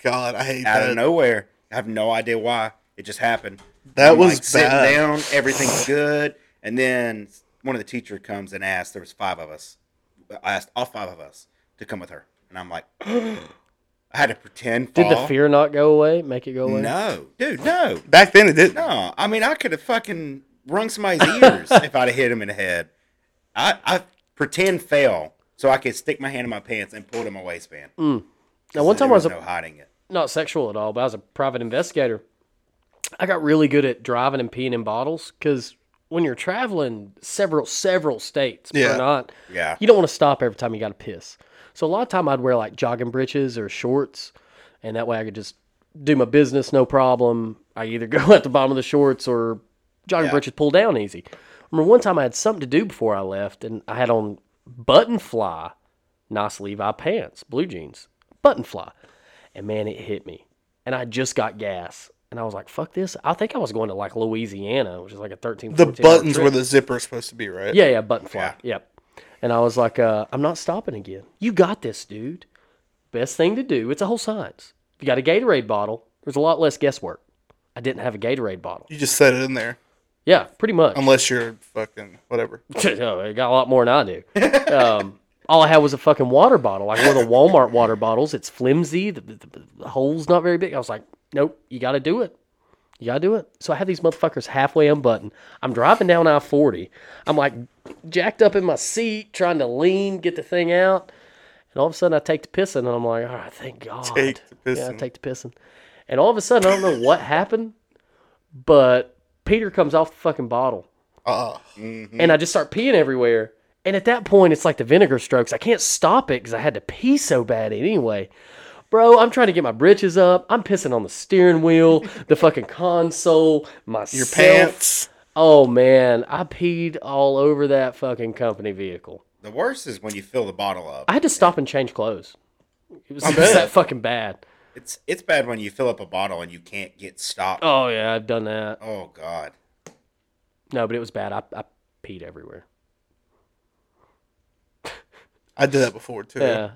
S2: God, I hate
S3: out
S2: that.
S3: of nowhere. I have no idea why. It just happened.
S2: That
S3: I'm,
S2: was
S3: sitting
S2: bad.
S3: down, everything's good, and then one of the teacher comes and asks. There was five of us. I asked all five of us to come with her, and I'm like, I had to pretend.
S1: Did the
S3: fall.
S1: fear not go away? Make it go away?
S3: No, dude, no.
S2: Back then, it didn't.
S3: No, I mean I could have fucking wrung somebody's ears if I'd have hit him in the head. I, I pretend fell so I could stick my hand in my pants and pull it in my waistband.
S1: Mm. Now, one time I
S3: there
S1: was
S3: was
S1: a
S3: no hiding it.
S1: not sexual at all, but I was a private investigator. I got really good at driving and peeing in bottles because when you're traveling several several states per
S2: Yeah.
S1: night,
S3: Yeah.
S1: you don't want to stop every time you got to piss. So a lot of time I'd wear like jogging britches or shorts, and that way I could just do my business no problem. I either go at the bottom of the shorts or jogging britches pull down easy. I remember one time I had something to do before I left, and I had on button fly, nice Levi pants, blue jeans, button fly. And man, it hit me. And I just got gas. And I was like, fuck this. I think I was going to like Louisiana, which is like a 13
S2: The
S1: 14 hour
S2: buttons
S1: trip.
S2: where the zipper is supposed to be, right?
S1: Yeah, yeah, button fly. Yep. And I was like, uh, I'm not stopping again. You got this, dude. Best thing to do. It's a whole science. If you got a Gatorade bottle, there's a lot less guesswork. I didn't have a Gatorade bottle.
S2: You just set it in there,
S1: Yeah, pretty much.
S2: unless you're fucking whatever.
S1: No, it got a lot more than I do. Um, all I had was a fucking water bottle, like one of the Walmart water bottles. It's flimsy. The, the, the hole's not very big. I was like, nope, you got to do it. You got to do it. So I had these motherfuckers halfway unbuttoned. I'm driving down I 40. I'm like jacked up in my seat, trying to lean, get the thing out. And all of a sudden, I take the pissing, and I'm like, all right, thank God.
S2: Take the
S1: Yeah, I
S2: pissing.
S1: take the pissing. And all of a sudden, I don't know what happened, but Peter comes off the fucking bottle
S2: Uh,
S3: Mm-hmm.
S1: and I just start peeing everywhere. And at that point, it's like the vinegar strokes. I can't stop it because I had to pee so bad anyway. Bro, I'm trying to get my britches up. I'm pissing on the steering wheel, the fucking console, myself.
S2: your pants.
S1: Oh man, I peed all over that fucking company vehicle.
S3: The worst is when you fill the bottle up.
S1: I had to stop and change clothes. It was just that fucking bad.
S3: It's it's bad when you fill up a bottle and you can't get stopped. Oh,
S1: Oh yeah, I've done that.
S3: god.
S1: No, but it was bad. I, I peed everywhere.
S2: I did that before too.
S1: Yeah. Mm-hmm.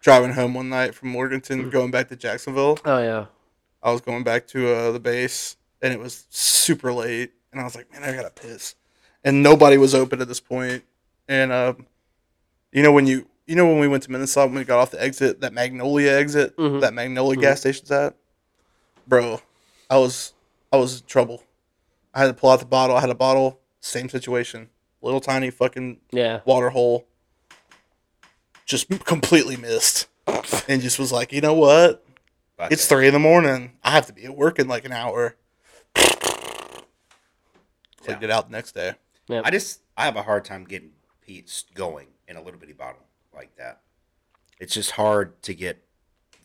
S2: Driving home one night from Morganton, going back to Jacksonville.
S1: Oh yeah.
S2: I was going back to uh, the base, and it was super late, and I was like, "Man, I gotta piss," and nobody was open at this point. And uh, you know when you you know when we went to Minnesota, when we got off the exit, that Magnolia exit, that Magnolia gas station's at, bro, I was I was in trouble. I had to pull out the bottle. I had a bottle, same situation, little tiny fucking
S1: Yeah.
S2: water hole, just completely missed, and just was like, you know what?
S3: Fuck
S2: It's
S3: it.
S2: three in the morning. I have to be at work in like an hour. Cleaned it out the next day.
S3: I just I have a hard time getting Pete's going in a little bitty bottle like that. It's just hard to get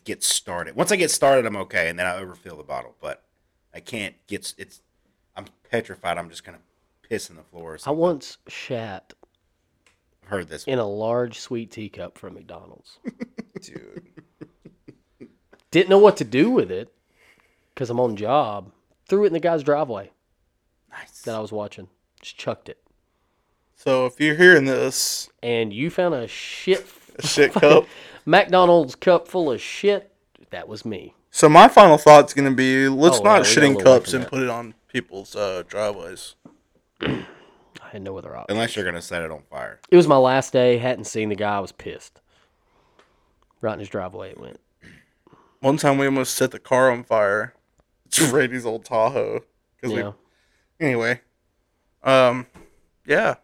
S3: get started. Once I get started, I'm okay, and then I overfill the bottle. But I can't get s- it's. I'm petrified. I'm just gonna piss in the floor. Or
S1: I
S3: something.
S1: once shat
S3: I've heard this.
S1: in a large sweet teacup from McDonald's.
S2: Dude.
S1: Didn't know what to do with it because I'm on job. Threw it in the guy's driveway
S3: Nice.
S1: that I was watching. Just chucked it.
S2: So if you're hearing this,
S1: And you found a shit
S2: a shit cup.
S1: McDonald's cup full of shit. That was me.
S2: So my final thought's gonna be: let's
S1: Oh, yeah, we got
S2: not
S1: a
S2: shitting
S1: little way
S2: cups
S1: from
S2: and
S1: that.
S2: put it on people's uh, driveways.
S1: I had no other option.
S3: unless you're going to set it on fire.
S1: It was my last day. Hadn't seen the guy. I was pissed. Right in his driveway, it went.
S2: One time we almost set the car on fire. It's Brady's old Tahoe. 'Cause
S1: You know,
S2: we, anyway, um, yeah.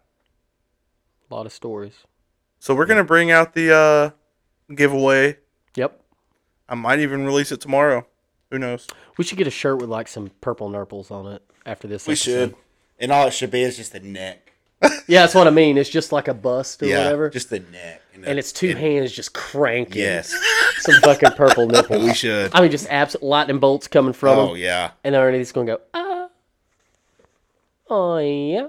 S1: a lot of stories.
S2: So we're gonna bring out the uh, giveaway.
S1: Yep.
S2: I might even release it tomorrow. Who knows?
S1: We should get a shirt with like some purple nurples on it after this.
S3: We should. And all it should be is just the neck.
S1: Yeah, that's what I mean. It's just like a bust or whatever.
S3: Just the neck. know.
S1: and it's two hands just cranking
S3: Yes.
S1: some fucking purple nipple.
S3: We should.
S1: I mean, just abs- lightning bolts coming from
S3: Oh,
S1: him.
S3: yeah.
S1: And underneath it's going to go, ah. Oh, yeah.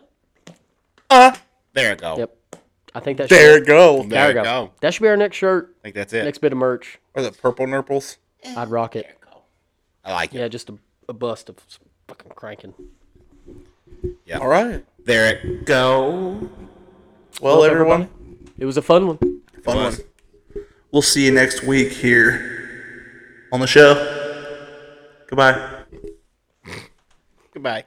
S1: Uh,
S3: There it go.
S1: Yep. I think that should
S2: There it go.
S3: There,
S1: there we
S3: it go.
S1: go. That should be our next shirt,
S3: I think that's it.
S1: next bit of merch.
S2: Or the purple nurples.
S1: I'd rock it.
S3: I like it.
S1: Yeah, just a, a bust of s- fucking cranking.
S2: All right.
S3: There it go.
S2: Well, everyone,
S1: It was a fun one.
S2: fun
S3: was.
S2: one. We'll see you next week here on the show. Goodbye.
S3: Goodbye.